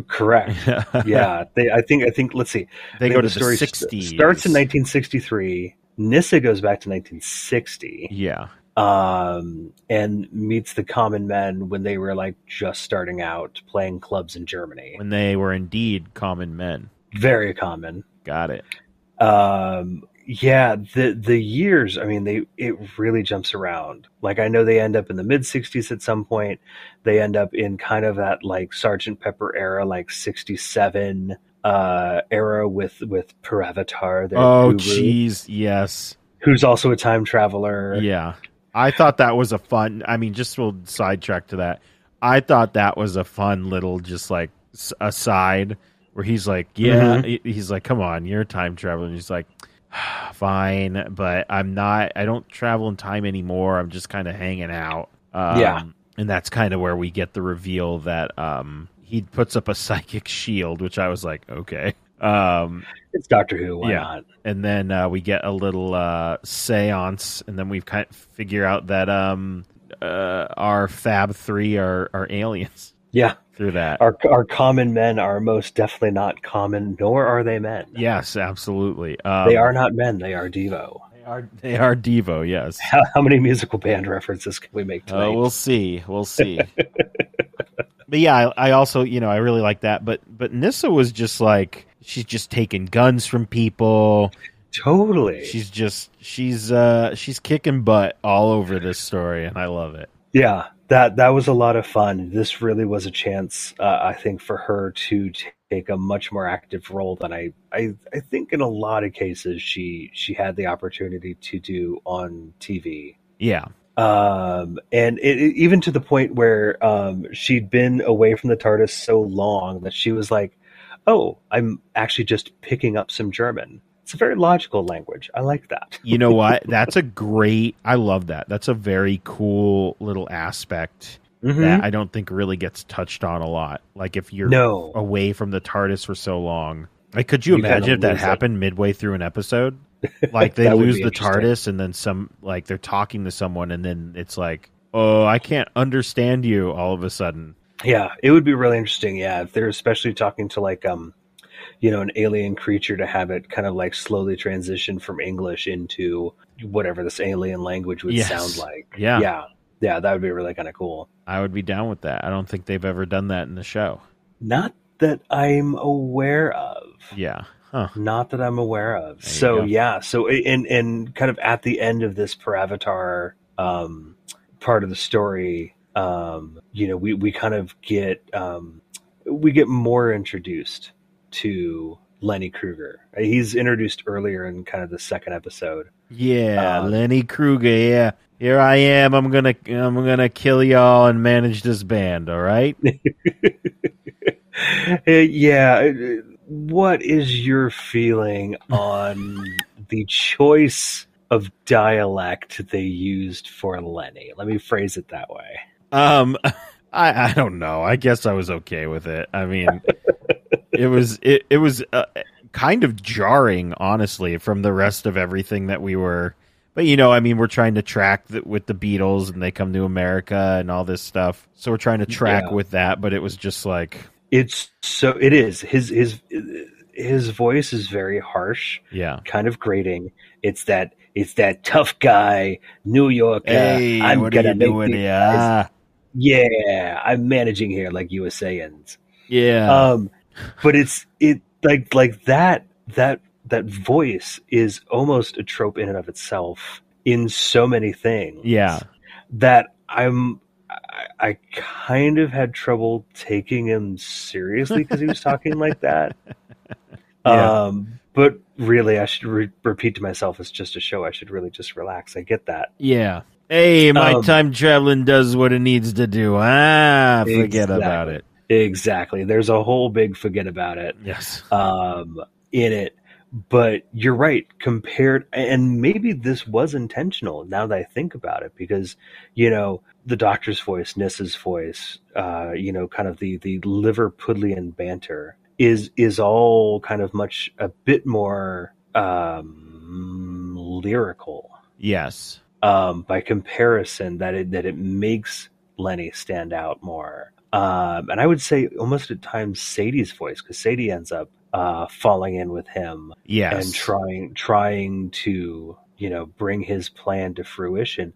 S3: correct yeah they I think I think let's see
S2: they
S3: I
S2: go to
S3: think the
S2: the
S3: story st-
S2: sixties.
S3: starts in 1963. Nissa goes back to 1960
S2: Yeah,
S3: um, and meets the common men when they were like just starting out playing clubs in Germany.
S2: when they were indeed common men.
S3: Very common.
S2: Got it.
S3: Um, yeah, the the years. I mean, they it really jumps around. Like I know they end up in the mid 60s at some point. They end up in kind of that like Sergeant Pepper era, like 67 uh era with with Paravatar. their
S2: oh,
S3: guru.
S2: jeez, yes,
S3: who's also a time traveler.
S2: yeah. I thought that was a fun. I mean, just we'll sidetrack to that. I thought that was a fun little, just like s- aside where he's like, "Yeah," he- he's like, "Come on, you're a time traveler." And he's like, "Fine, but I'm not. I don't travel in time anymore. I'm just kind of hanging out." Um,
S3: Yeah.
S2: and that's kind of where we get the reveal that um, he puts up a psychic shield, which I was like, "Okay." Um,
S3: It's Doctor Who. Why
S2: Yeah.
S3: not?
S2: and then uh, we get a little uh, seance, and then we kind of figure out that um, uh, our Fab Three are, are aliens
S3: Yeah,
S2: through that.
S3: our our common men are most definitely not common, nor are they men.
S2: yes, absolutely. Um,
S3: They are not men. They are Devo.
S2: They are. They are Devo. Yes.
S3: How, how many musical band references can we make tonight?
S2: Uh, we'll see. We'll see. but yeah, I, I also you know I really like that. But but Nissa was just like she's just taking guns from people.
S3: totally.
S2: She's just she's uh she's kicking butt all over this story, and I love it.
S3: yeah, that that was a lot of fun. This really was a chance, uh, I think, for her to take a much more active role than I, I I think in a lot of cases she she had the opportunity to do on TV.
S2: Yeah.
S3: um, and it, it- even to the point where um, she'd been away from the TARDIS so long that she was like, "Oh, I'm actually just picking up some German. It's a very logical language. I like that."
S2: you know what? That's a great. I love that. That's a very cool little aspect that I don't think really gets touched on a lot. Like if Mm-hmm. you're
S3: Mm-hmm.
S2: oh.
S3: No,
S2: away from the TARDIS for so long, like could you,
S3: You kinda
S2: imagine if that
S3: lose it.
S2: happened midway through an episode? Like they
S3: That would
S2: lose
S3: be
S2: the
S3: interesting.
S2: TARDIS and then some. Like they're talking to someone and then it's like, oh, I can't understand you. All of a sudden,
S3: yeah, it would be really interesting. Yeah, if they're especially talking to like um, you know, an alien creature to have it kind of like slowly transition from English into whatever this alien language would
S2: Yes.
S3: sound like.
S2: Yeah.
S3: yeah, yeah, that would be really kind of cool.
S2: I would be down with that. I don't think they've ever done that in the show.
S3: Not that I'm aware of.
S2: Yeah. Huh.
S3: Not that I'm aware of.
S2: There you
S3: so
S2: go.
S3: yeah, so i- and and kind of at the end of this per avatar um, part of the story, um, you know, we we kind of get um, we get more introduced to Lenny Kruger. He's introduced earlier in kind of the second episode.
S2: Yeah,
S3: Uh,
S2: Lenny Kruger. Yeah, here I am. I'm gonna I'm gonna kill y'all and manage this band. All right.
S3: Uh, yeah, uh, what is your feeling on the choice of dialect they used for Lenny? Let me phrase it that way.
S2: Um, I I don't know. I guess I was okay with it. I mean, it was it it was uh, kind of jarring, honestly, from the rest of everything that we were. But you know, I mean, we're trying to track the, with the Beatles, and they come to America and all this stuff. So we're trying to track
S3: Yeah.
S2: with that. But it was just like,
S3: It's so it is his his his voice is very harsh,
S2: yeah,
S3: kind of grating. It's that it's that tough guy, New Yorker. I'm gonna make these guys-
S2: Yeah,
S3: Yeah, I'm managing here, like you were saying.
S2: yeah.
S3: um but it's it like like that that that voice is almost a trope in and of itself in so many things
S2: Yeah.
S3: that i'm i, I kind of had trouble taking him seriously because he was talking like that
S2: Yeah.
S3: um but really i should re- repeat to myself it's just a show i should really just relax i get that
S2: Yeah. Hey, my
S3: Um,
S2: time traveling does what it needs to do. Ah, forget
S3: Exactly.
S2: about it.
S3: exactly there's a whole big forget about it
S2: Yes.
S3: um, in it. But you're right. Compared, and maybe this was intentional. Now that I think about it, because you know the doctor's voice, Nissa's voice, uh, you know, kind of the the Liverpudlian banter is is all kind of much a bit more um, lyrical
S2: Yes.
S3: um, by comparison that it that it makes Lenny stand out more. Um, and I would say almost at times Sadie's voice because Sadie ends up uh, falling in with him
S2: Yes.
S3: and trying trying to you know bring his plan to fruition.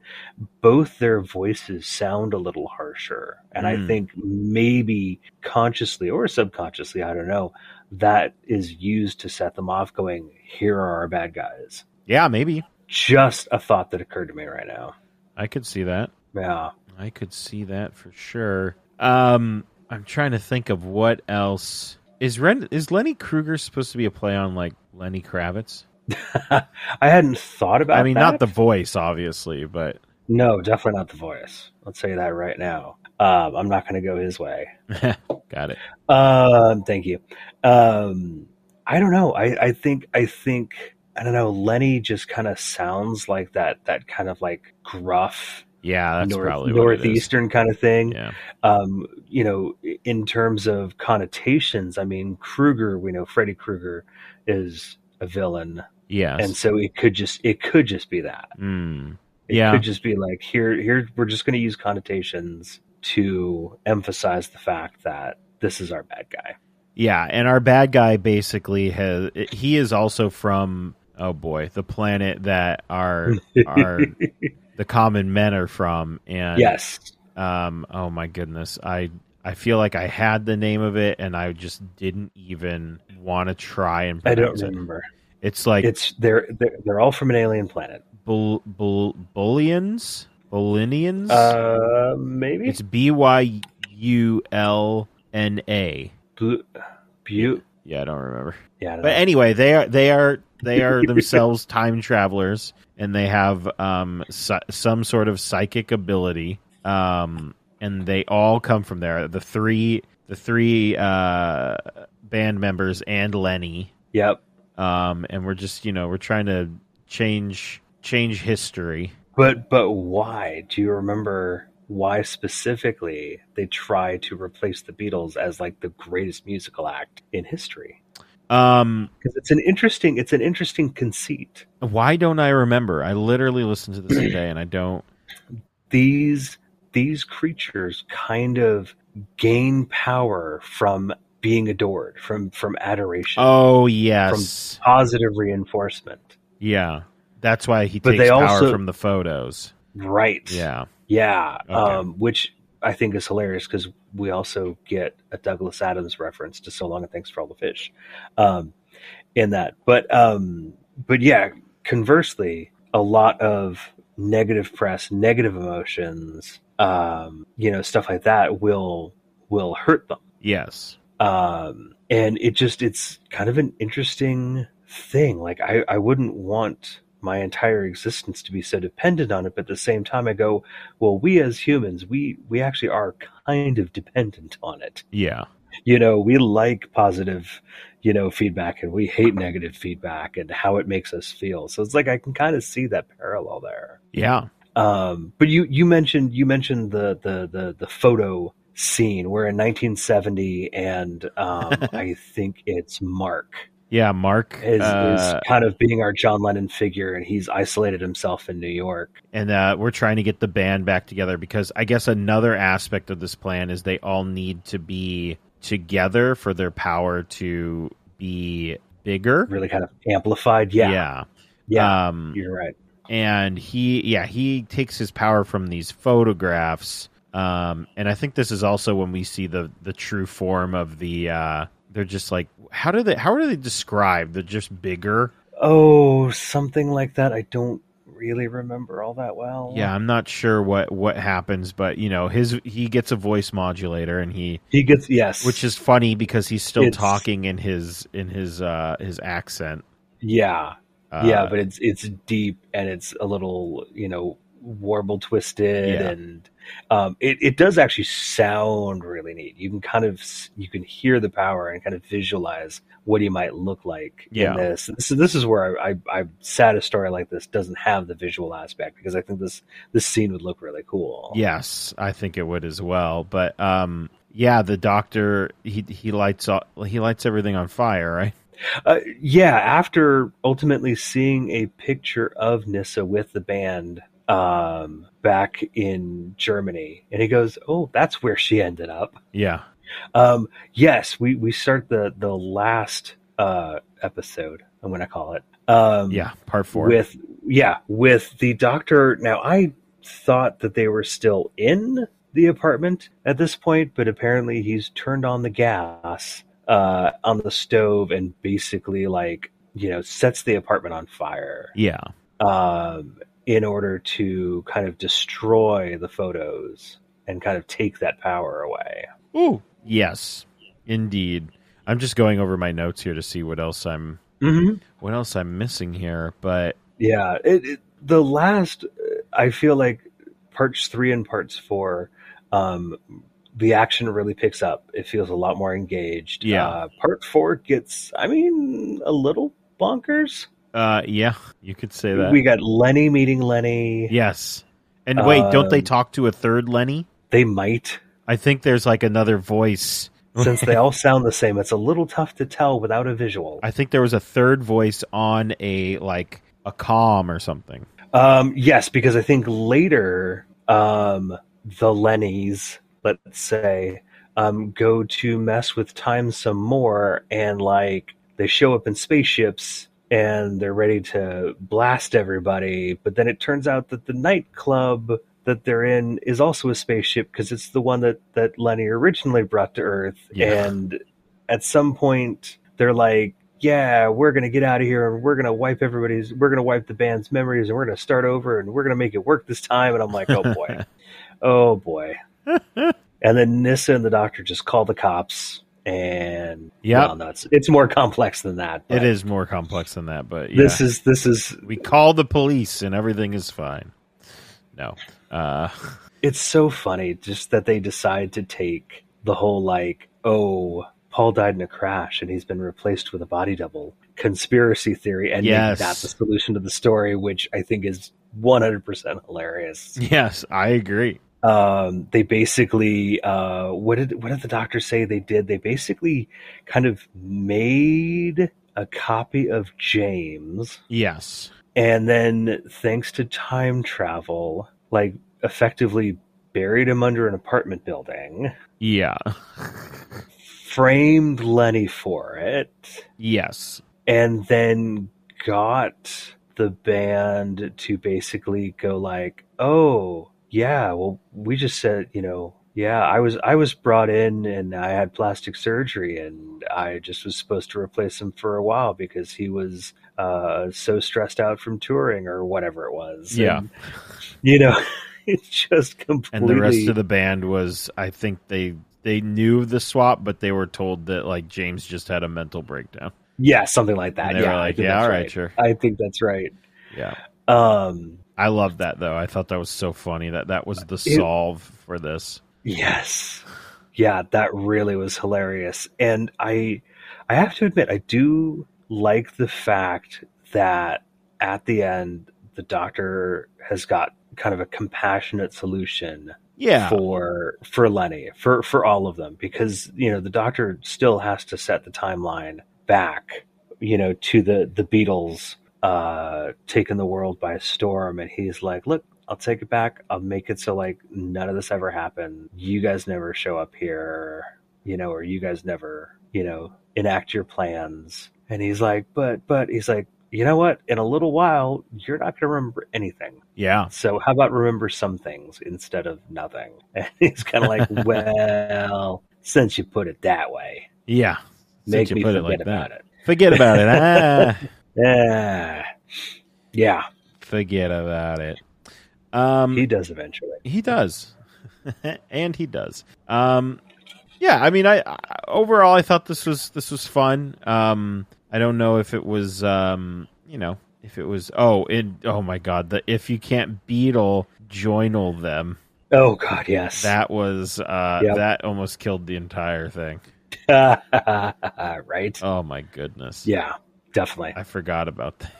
S3: Both their voices sound a little harsher, and
S2: Mm.
S3: I think maybe consciously or subconsciously, I don't know, that is used to set them off. Going here are our bad guys.
S2: yeah, maybe.
S3: Just a thought that occurred to me right now.
S2: I could see that.
S3: Yeah.
S2: I could see that for sure. Um, I'm trying to think of what else is Ren- is Lenny Kruger supposed to be a play on like Lenny Kravitz?
S3: I hadn't thought about
S2: I mean,
S3: that.
S2: not the voice, obviously, but
S3: No, definitely not the voice. I'll tell you that right now. Um, I'm not going to go his way.
S2: got it.
S3: Um, thank you. Um, I don't know. I, I think, I think, I don't know. Lenny just kind of sounds like that, that kind of like gruff
S2: Yeah, that's
S3: north,
S2: probably what it is.
S3: northeastern kind of thing.
S2: Yeah,
S3: um, you know, in terms of connotations, I mean, Kruger, we know Freddy Krueger is a villain,
S2: yes.
S3: and so it could just, it could just be that.
S2: Mm.
S3: It
S2: Yeah.
S3: could just be like here here we're just going to use connotations to emphasize the fact that this is our bad guy.
S2: Yeah, and our bad guy basically has he is also from oh boy, the planet that our our the common men are from and
S3: yes.
S2: um oh my goodness, I I feel like I had the name of it and I just didn't even want to try and
S3: I don't
S2: pronounce it.
S3: remember.
S2: It's like it's
S3: It's they're, they're they're all from an alien planet.
S2: Bul- Bul- Bullions? Bullinians?
S3: Uh maybe
S2: it's B Y U L N A.
S3: Blue, Butte.
S2: Yeah, I don't remember.
S3: Yeah. I don't
S2: But
S3: know.
S2: anyway, they are they are they are themselves time travelers, and they have um si- some sort of psychic ability. Um, and they all come from there. The three the three uh band members and Lenny.
S3: yep.
S2: Um, and we're just you know we're trying to change change history.
S3: But but why do you remember why specifically they try to replace the Beatles as like the greatest musical act in history?
S2: Um,
S3: Because it's an interesting it's an interesting conceit.
S2: why don't I remember? I literally listened to this today, and I don't.
S3: these these creatures kind of gain power from being adored from from adoration
S2: Oh yes,
S3: positive reinforcement
S2: yeah. That's why he
S3: But
S2: takes
S3: they
S2: power
S3: also-
S2: from the photos.
S3: right
S2: Yeah.
S3: yeah
S2: Okay.
S3: um which i think is hilarious because we also get a douglas adams reference to so long and thanks for all the fish um in that but um but yeah conversely a lot of negative press negative emotions um you know stuff like that will will hurt them
S2: Yes.
S3: um and it just it's kind of an interesting thing like i i wouldn't want my entire existence to be so dependent on it but at the same time i go well we as humans we we actually are kind of dependent on it
S2: Yeah.
S3: you know we like positive you know, feedback and we hate negative feedback and how it makes us feel. So it's like I can kind of see that parallel there.
S2: Yeah.
S3: Um, but you you mentioned you mentioned the the the, the photo scene. We're in 1970, and um, I think it's Mark
S2: Yeah. Mark
S3: is,
S2: uh,
S3: is kind of being our John Lennon figure, and he's isolated himself in New York.
S2: and uh, we're trying to get the band back together because I guess another aspect of this plan is they all need to be together for their power to be bigger.
S3: Really kind of amplified. Yeah, yeah.
S2: Yeah. Um,
S3: you're right.
S2: and he yeah he takes his power from these photographs um and i think this is also when we see the the true form of the uh they're just like how do they how are they described they're just bigger
S3: Oh, something like that. I don't really remember all that well.
S2: yeah i'm not sure what what happens but you know his he gets a voice modulator and he
S3: he gets yes,
S2: which is funny because he's still
S3: It's-
S2: talking in his in his uh his accent
S3: yeah,
S2: uh,
S3: yeah. But it's it's deep and it's a little you know warble twisted
S2: Yeah.
S3: and um, it it does actually sound really neat. You can kind of s- you can hear the power and kind of visualize what he might look like
S2: Yeah.
S3: in this. This is this is where I, I I'm sad a story like this doesn't have the visual aspect because I think this this scene would look really cool.
S2: Yes, I think it would as well. But um, yeah, the doctor he he lights all, he lights everything on fire, right?
S3: Uh, yeah, after ultimately seeing a picture of Nissa with the band um, back in Germany, and he goes, "Oh, that's where she ended up."
S2: Yeah,
S3: Um, yes, we we start the the last uh, episode. I'm going to call it. Um,
S2: yeah. Part four.
S3: with yeah with the doctor. Now I thought that they were still in the apartment at this point, but apparently he's turned on the gas uh, on the stove and basically like you know sets the apartment on fire
S2: yeah,
S3: um, in order to kind of destroy the photos and kind of take that power away.
S2: ooh, yes, indeed. I'm just going over my notes here to see what else I'm
S3: Mm-hmm.
S2: what else I'm missing here. But
S3: Yeah, it, it, the last uh, I feel like parts three and parts four, um, the action really picks up. It feels a lot more engaged.
S2: Yeah.
S3: uh, part four gets, I mean, a little bonkers.
S2: uh, yeah, you could say that.
S3: We got Lenny meeting Lenny.
S2: yes, and wait, don't they
S3: Um,
S2: talk to a third Lenny?
S3: They might,
S2: I think there's like another voice.
S3: since they all sound the same. It's a little tough to tell without a visual.
S2: I think there was a third voice on a like a com or something.
S3: Um, yes, because I think later, um, the Lennies, let's say, um, go to mess with time some more, and like they show up in spaceships and they're ready to blast everybody. But then it turns out that the nightclub that they're in is also a spaceship because it's the one that that Lenny originally brought to Earth,
S2: Yeah.
S3: and at some point they're like yeah we're gonna get out of here and we're gonna wipe everybody's we're gonna wipe the band's memories and we're gonna start over and we're gonna make it work this time and i'm like oh boy oh boy and then nissa and the doctor just call the cops and
S2: Yep.
S3: well, no, it's, it's more complex than that but
S2: It is more complex than that, but yeah.
S3: this is this is
S2: we call the police and everything is fine. No. Uh
S3: it's so funny just that they decide to take the whole like oh paul died in a crash and he's been replaced with a body double conspiracy theory and make
S2: Yes.
S3: that the solution to the story which i think is 100% hilarious
S2: yes, I agree.
S3: um, they basically uh, what did what did the doctor say they did they basically kind of made a copy of james
S2: Yes.
S3: and then thanks to time travel like effectively buried him under an apartment building
S2: Yeah.
S3: framed lenny for it
S2: Yes.
S3: and then got the band to basically go like oh yeah well we just said you know yeah i was i was brought in and i had plastic surgery and i just was supposed to replace him for a while because he was uh so stressed out from touring or whatever it was
S2: Yeah.
S3: And, you know it's just completely
S2: And the rest of the band was I think they they knew the swap, but they were told that like James just had a mental breakdown.
S3: yeah something like that
S2: And they were
S3: yeah I
S2: like,
S3: think
S2: Uh, Yeah,
S3: that's
S2: all right, sure.
S3: i think that's right
S2: Yeah.
S3: um
S2: I love that though. I thought that was so funny that that was the solve for this.
S3: Yes. yeah, that really was hilarious. And I I have to admit I do like the fact that at the end the doctor has got kind of a compassionate solution
S2: Yeah.
S3: for for Lenny, for for all of them because you know the doctor still has to set the timeline back, you know, to the the Beatles uh taking the world by storm and he's like, "Look, I'll take it back. I'll make it so like none of this ever happened. You guys never show up here, you know, or you guys never, you know, enact your plans." And he's like, "But but he's like, "You know what? In a little while, you're not going to remember anything."
S2: Yeah.
S3: So how about remember some things instead of nothing? And he's kind of like, well, since you put it that way,
S2: Yeah.
S3: make
S2: Since you
S3: me
S2: put it
S3: forget
S2: like
S3: about
S2: that.
S3: it.
S2: Forget about it. Ah.
S3: Yeah, yeah,
S2: Forget about it. Um,
S3: he does eventually.
S2: He does, and he does. Um, yeah, I mean, I, I overall I thought this was this was fun. Um, I don't know if it was, um, you know, if it was. Oh, it, oh my God! The if you can't beetle, joinal them.
S3: Oh God, yes,
S2: That was uh,
S3: Yep.
S2: that almost killed the entire thing.
S3: right?
S2: Oh my goodness!
S3: Yeah, definitely.
S2: I forgot about that.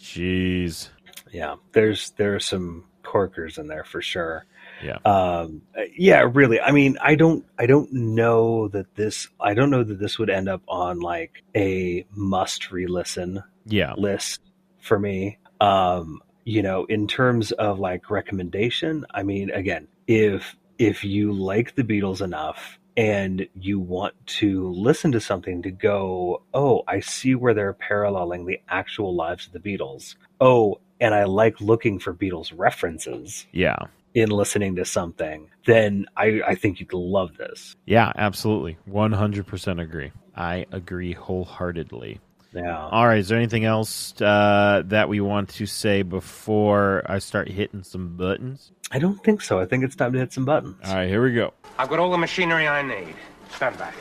S2: Jeez.
S3: Yeah, there's there are some corkers in there for sure.
S2: Yeah.
S3: um yeah really i mean i don't i don't know that this i don't know that this would end up on like a must re-listen
S2: Yeah.
S3: list for me. Um, you know, in terms of like recommendation, I mean, again, if if you like the Beatles enough and you want to listen to something to go, oh, I see where they're paralleling the actual lives of the Beatles. Oh, and I like looking for Beatles references
S2: Yeah.
S3: in listening to something, then I, I think you'd love this.
S2: Yeah. Absolutely. One hundred percent agree. I agree wholeheartedly.
S3: Yeah.
S2: All right. Is there anything else uh, that we want to say before I start hitting some buttons?
S3: I don't think so. I think it's time to hit some buttons.
S2: All right. Here we go.
S4: I've got all the machinery I need. Stand back.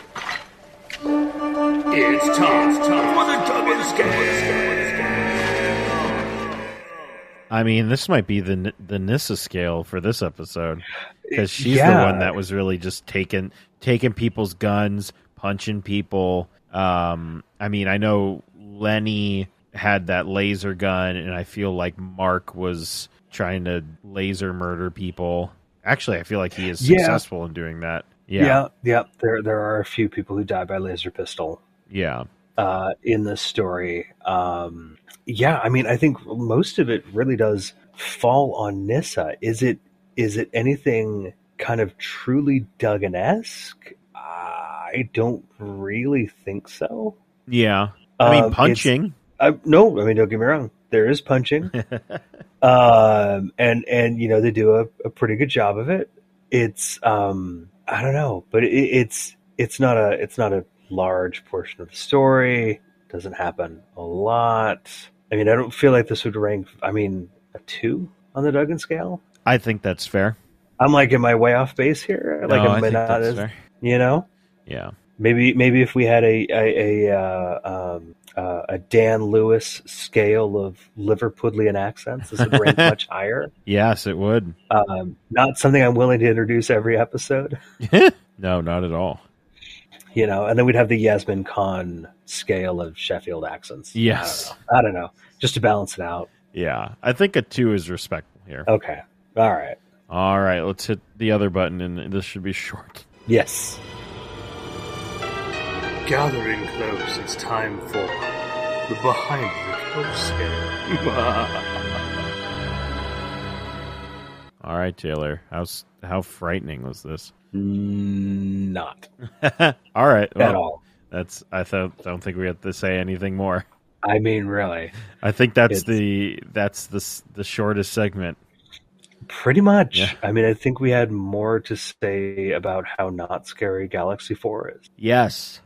S5: It's time, it's time for the Duggins Game.
S2: I mean, this might be the the Nissa scale for this episode because she's
S3: Yeah.
S2: the one that was really just taking taking people's guns, punching people. Um, I mean, I know Lenny had that laser gun, and I feel like Mark was trying to laser murder people. Actually, I feel like he is
S3: Yeah.
S2: successful in doing that.
S3: Yeah.
S2: Yeah,
S3: yeah, There, there are a few people who die by laser pistol
S2: yeah,
S3: uh, in this story. Um, yeah, I mean, I think most of it really does fall on Nissa. Is it, is it anything kind of truly Duggan esque? I don't really think so.
S2: yeah. I
S3: Um,
S2: mean,
S3: it's-
S2: punching.
S3: I, no, I mean, don't get me wrong. There is punching, um, and and you know they do a, a pretty good job of it. It's um, I don't know, but it, it's it's not a it's not a large portion of the story. Doesn't happen a lot. I mean, I don't feel like this would rank. I mean, a two on the Duggan scale.
S2: I think that's fair.
S3: I'm like, am I way off base here? Like,
S2: No,
S3: am
S2: I think
S3: not
S2: that's
S3: as-
S2: fair.
S3: you know?
S2: Yeah,
S3: Maybe maybe if we had a a a, uh, um, uh, a Dan Lewis scale of Liverpudlian accents, this would rank much higher.
S2: yes, it would.
S3: Um, not something I'm willing to introduce every episode,
S2: no, not at all.
S3: you know. And then we'd have the Yasmin Khan scale of Sheffield accents.
S2: Yes.
S3: I don't know, I don't know. just to balance it out.
S2: Yeah, I think a two is respectful here.
S3: Okay, all right,
S2: All right, let's hit the other button, and this should be short.
S3: yes,
S5: Gathering close, it's time for the Behind the Close Game.
S2: All right, Taylor, how s- how frightening was this?
S3: not
S2: all right,
S3: at
S2: well,
S3: all.
S2: That's I thought don't think we have to say anything more.
S3: I mean, really,
S2: I think that's
S3: It's-
S2: the that's the s- the shortest segment.
S3: pretty much.
S2: Yeah.
S3: I mean, I think we had more to say about how not scary Galaxy Four is.
S2: Yes.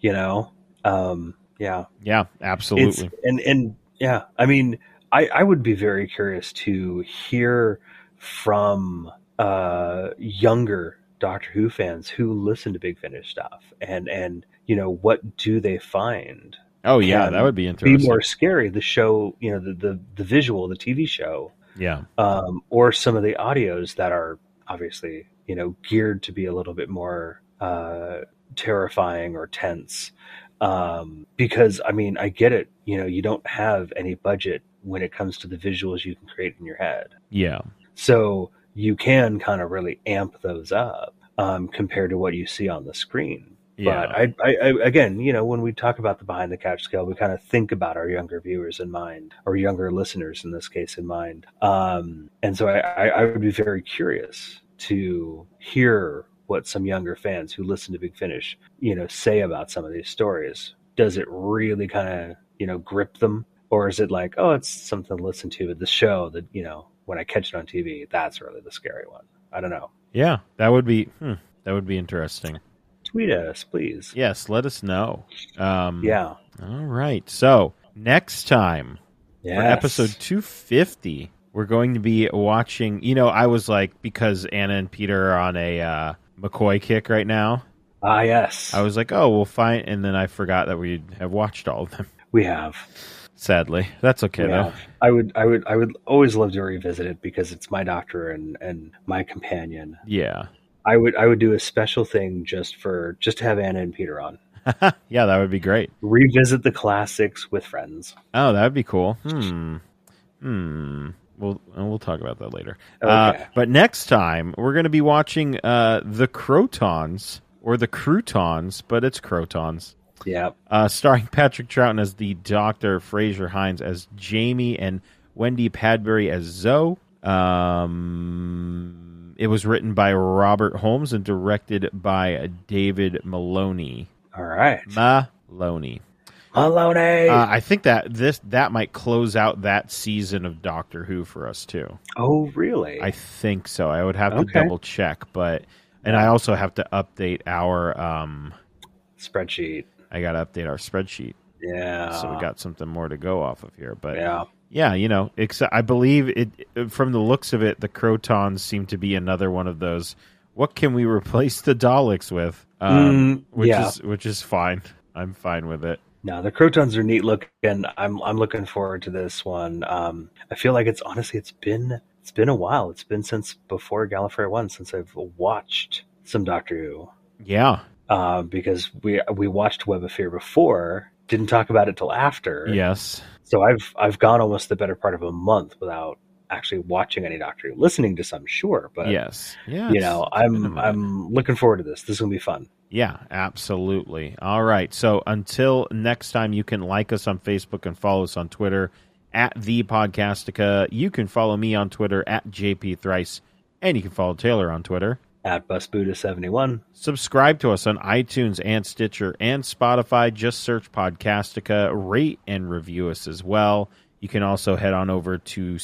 S3: you know um yeah
S2: Yeah, absolutely.
S3: it's and and yeah i mean i i would be very curious to hear from uh younger doctor who fans who listen to big finish stuff and and you know what do they find
S2: oh yeah,
S3: can
S2: that would be
S3: be
S2: interesting.
S3: more scary the show you know the the, the visual the tv show
S2: yeah.
S3: um, or some of the audios that are obviously you know geared to be a little bit more uh, terrifying or tense. Um, because I mean, I get it. You know, you don't have any budget when it comes to the visuals you can create in your head.
S2: Yeah.
S3: So you can kind of really amp those up um, compared to what you see on the screen.
S2: Yeah.
S3: But I, I, I, again, you know, when we talk about the behind the couch scale, we kind of think about our younger viewers in mind, or younger listeners in this case in mind. Um, and so I, I, I would be very curious to hear what some younger fans who listen to Big Finish, you know, say about some of these stories. Does it really kind of, you know, grip them? Or is it like, oh, it's something to listen to, but the show that, you know, when I catch it on TV, that's really the scary one. I don't know.
S2: yeah. That would be hmm, that would be interesting.
S3: Tweet at us, please.
S2: Yes, let us know. Um,
S3: Yeah.
S2: All right. So next time
S3: Yeah.
S2: for episode 250 we're going to be watching you know i was like because anna and peter are on a uh, mccoy kick right now
S3: Ah, yes.
S2: i was like oh we'll find and then i forgot that we have watched all of them
S3: we have.
S2: sadly that's okay
S3: we
S2: though
S3: have. I would, I would, I would always love to revisit it because it's my doctor and and my companion.
S2: yeah
S3: I would, I would do a special thing just for just to have Anna and Peter on.
S2: yeah that would be great
S3: Revisit the classics with friends.
S2: oh that would be cool hmm hmm We'll, and we'll talk about that later. Uh,
S3: Okay.
S2: but next time, we're going to be watching uh, The Crotons, or The Croutons, but it's Crotons.
S3: Yeah.
S2: uh, starring Patrick Troughton as the Doctor, Fraser Hines as Jamie, and Wendy Padbury as Zoe. Um, it was written by Robert Holmes and directed by David Maloney.
S3: All right.
S2: Maloney.
S3: Maloney.
S2: Uh, I think that this that might close out that season of Doctor Who for us too.
S3: oh, really?
S2: I think so. I would have to
S3: Okay.
S2: double check, but and I also have to update our um.
S3: Spreadsheet.
S2: I got to update our spreadsheet,
S3: Yeah.
S2: so we got something more to go off of here. But
S3: Ah. Yeah.
S2: Yeah, you know, except I believe it from the looks of it, the Crotons seem to be another one of those. What can we replace the Daleks with? Um,
S3: Mm,
S2: which
S3: yeah.
S2: is which is fine. I'm fine with it.
S3: No, the Crotons are neat looking. I'm I'm looking forward to this one. Um, I feel like it's honestly it's been it's been a while. It's been since before Gallifrey One since I've watched some Doctor Who
S2: Yeah,
S3: uh, because we we watched Web of Fear before. Didn't talk about it till after.
S2: yes,
S3: So I've I've gone almost the better part of a month without actually watching any Doctor Who. Listening to some, sure, but
S2: yes, yeah.
S3: you
S2: it's-
S3: know
S2: it's been a
S3: I'm
S2: minute.
S3: I'm looking forward to this. This is gonna be fun.
S2: Yeah, absolutely. All right. So until next time, you can like us on Facebook and follow us on Twitter at the Podcastica. You can follow me on Twitter at JP Thrice, and you can follow Taylor on Twitter
S3: At Bus Buddha seventy one.
S2: Subscribe to us on iTunes and Stitcher and Spotify. Just search Podcastica. Rate and review us as well. You can also head on over to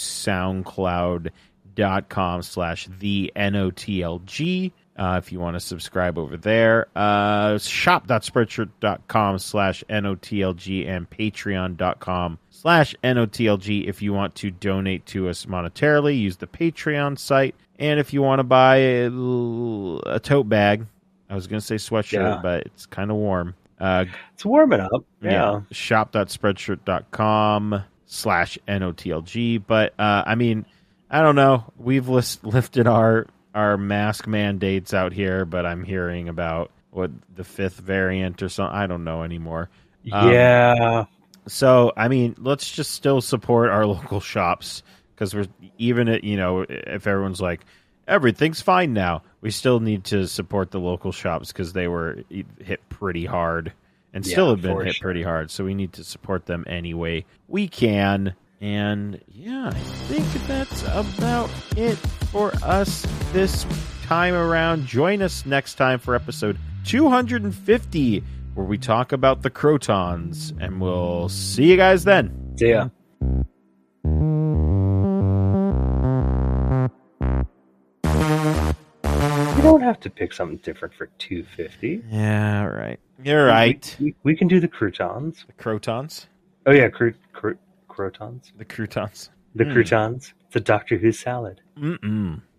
S2: soundcloud.com slash the N-O-T-L-G uh, if you want to subscribe over there. Uh, shop.spreadshirt.com slash N-O-T-L-G and patreon.com slash N-O-T-L-G if you want to donate to us monetarily. Use the Patreon site. And if you want to buy a, l- a tote bag, I was going to say sweatshirt,
S3: Yeah.
S2: but it's kind of warm. Uh,
S3: It's warming up. yeah.
S2: Shop.spreadshirt.com slash N-O-T-L-G. But, uh, I mean, I don't know. We've list, lifted our, our mask mandates out here, but I'm hearing about what the fifth variant or something. I don't know anymore. Um,
S3: yeah.
S2: So, I mean, let's just still support our local shops because we're even at, you know, if everyone's like, everything's fine now, we still need to support the local shops because they were hit pretty hard and still
S3: Yeah,
S2: have been
S3: for
S2: hit
S3: sure.
S2: pretty hard. So, we need to support them anyway we can. And yeah, I think that's about it for us this time around. Join us next time for episode 250, where we talk about the Crotons, and we'll see you guys then.
S3: See ya. You don't have to pick something different for 250.
S2: Yeah, all right. You're right.
S3: We, we can do the croutons.
S2: The Crotons?
S3: Oh, yeah, cru, cru, croutons.
S2: The Croutons.
S3: The
S2: Hmm.
S3: croutons. The Doctor Who salad.
S2: Mm-mm.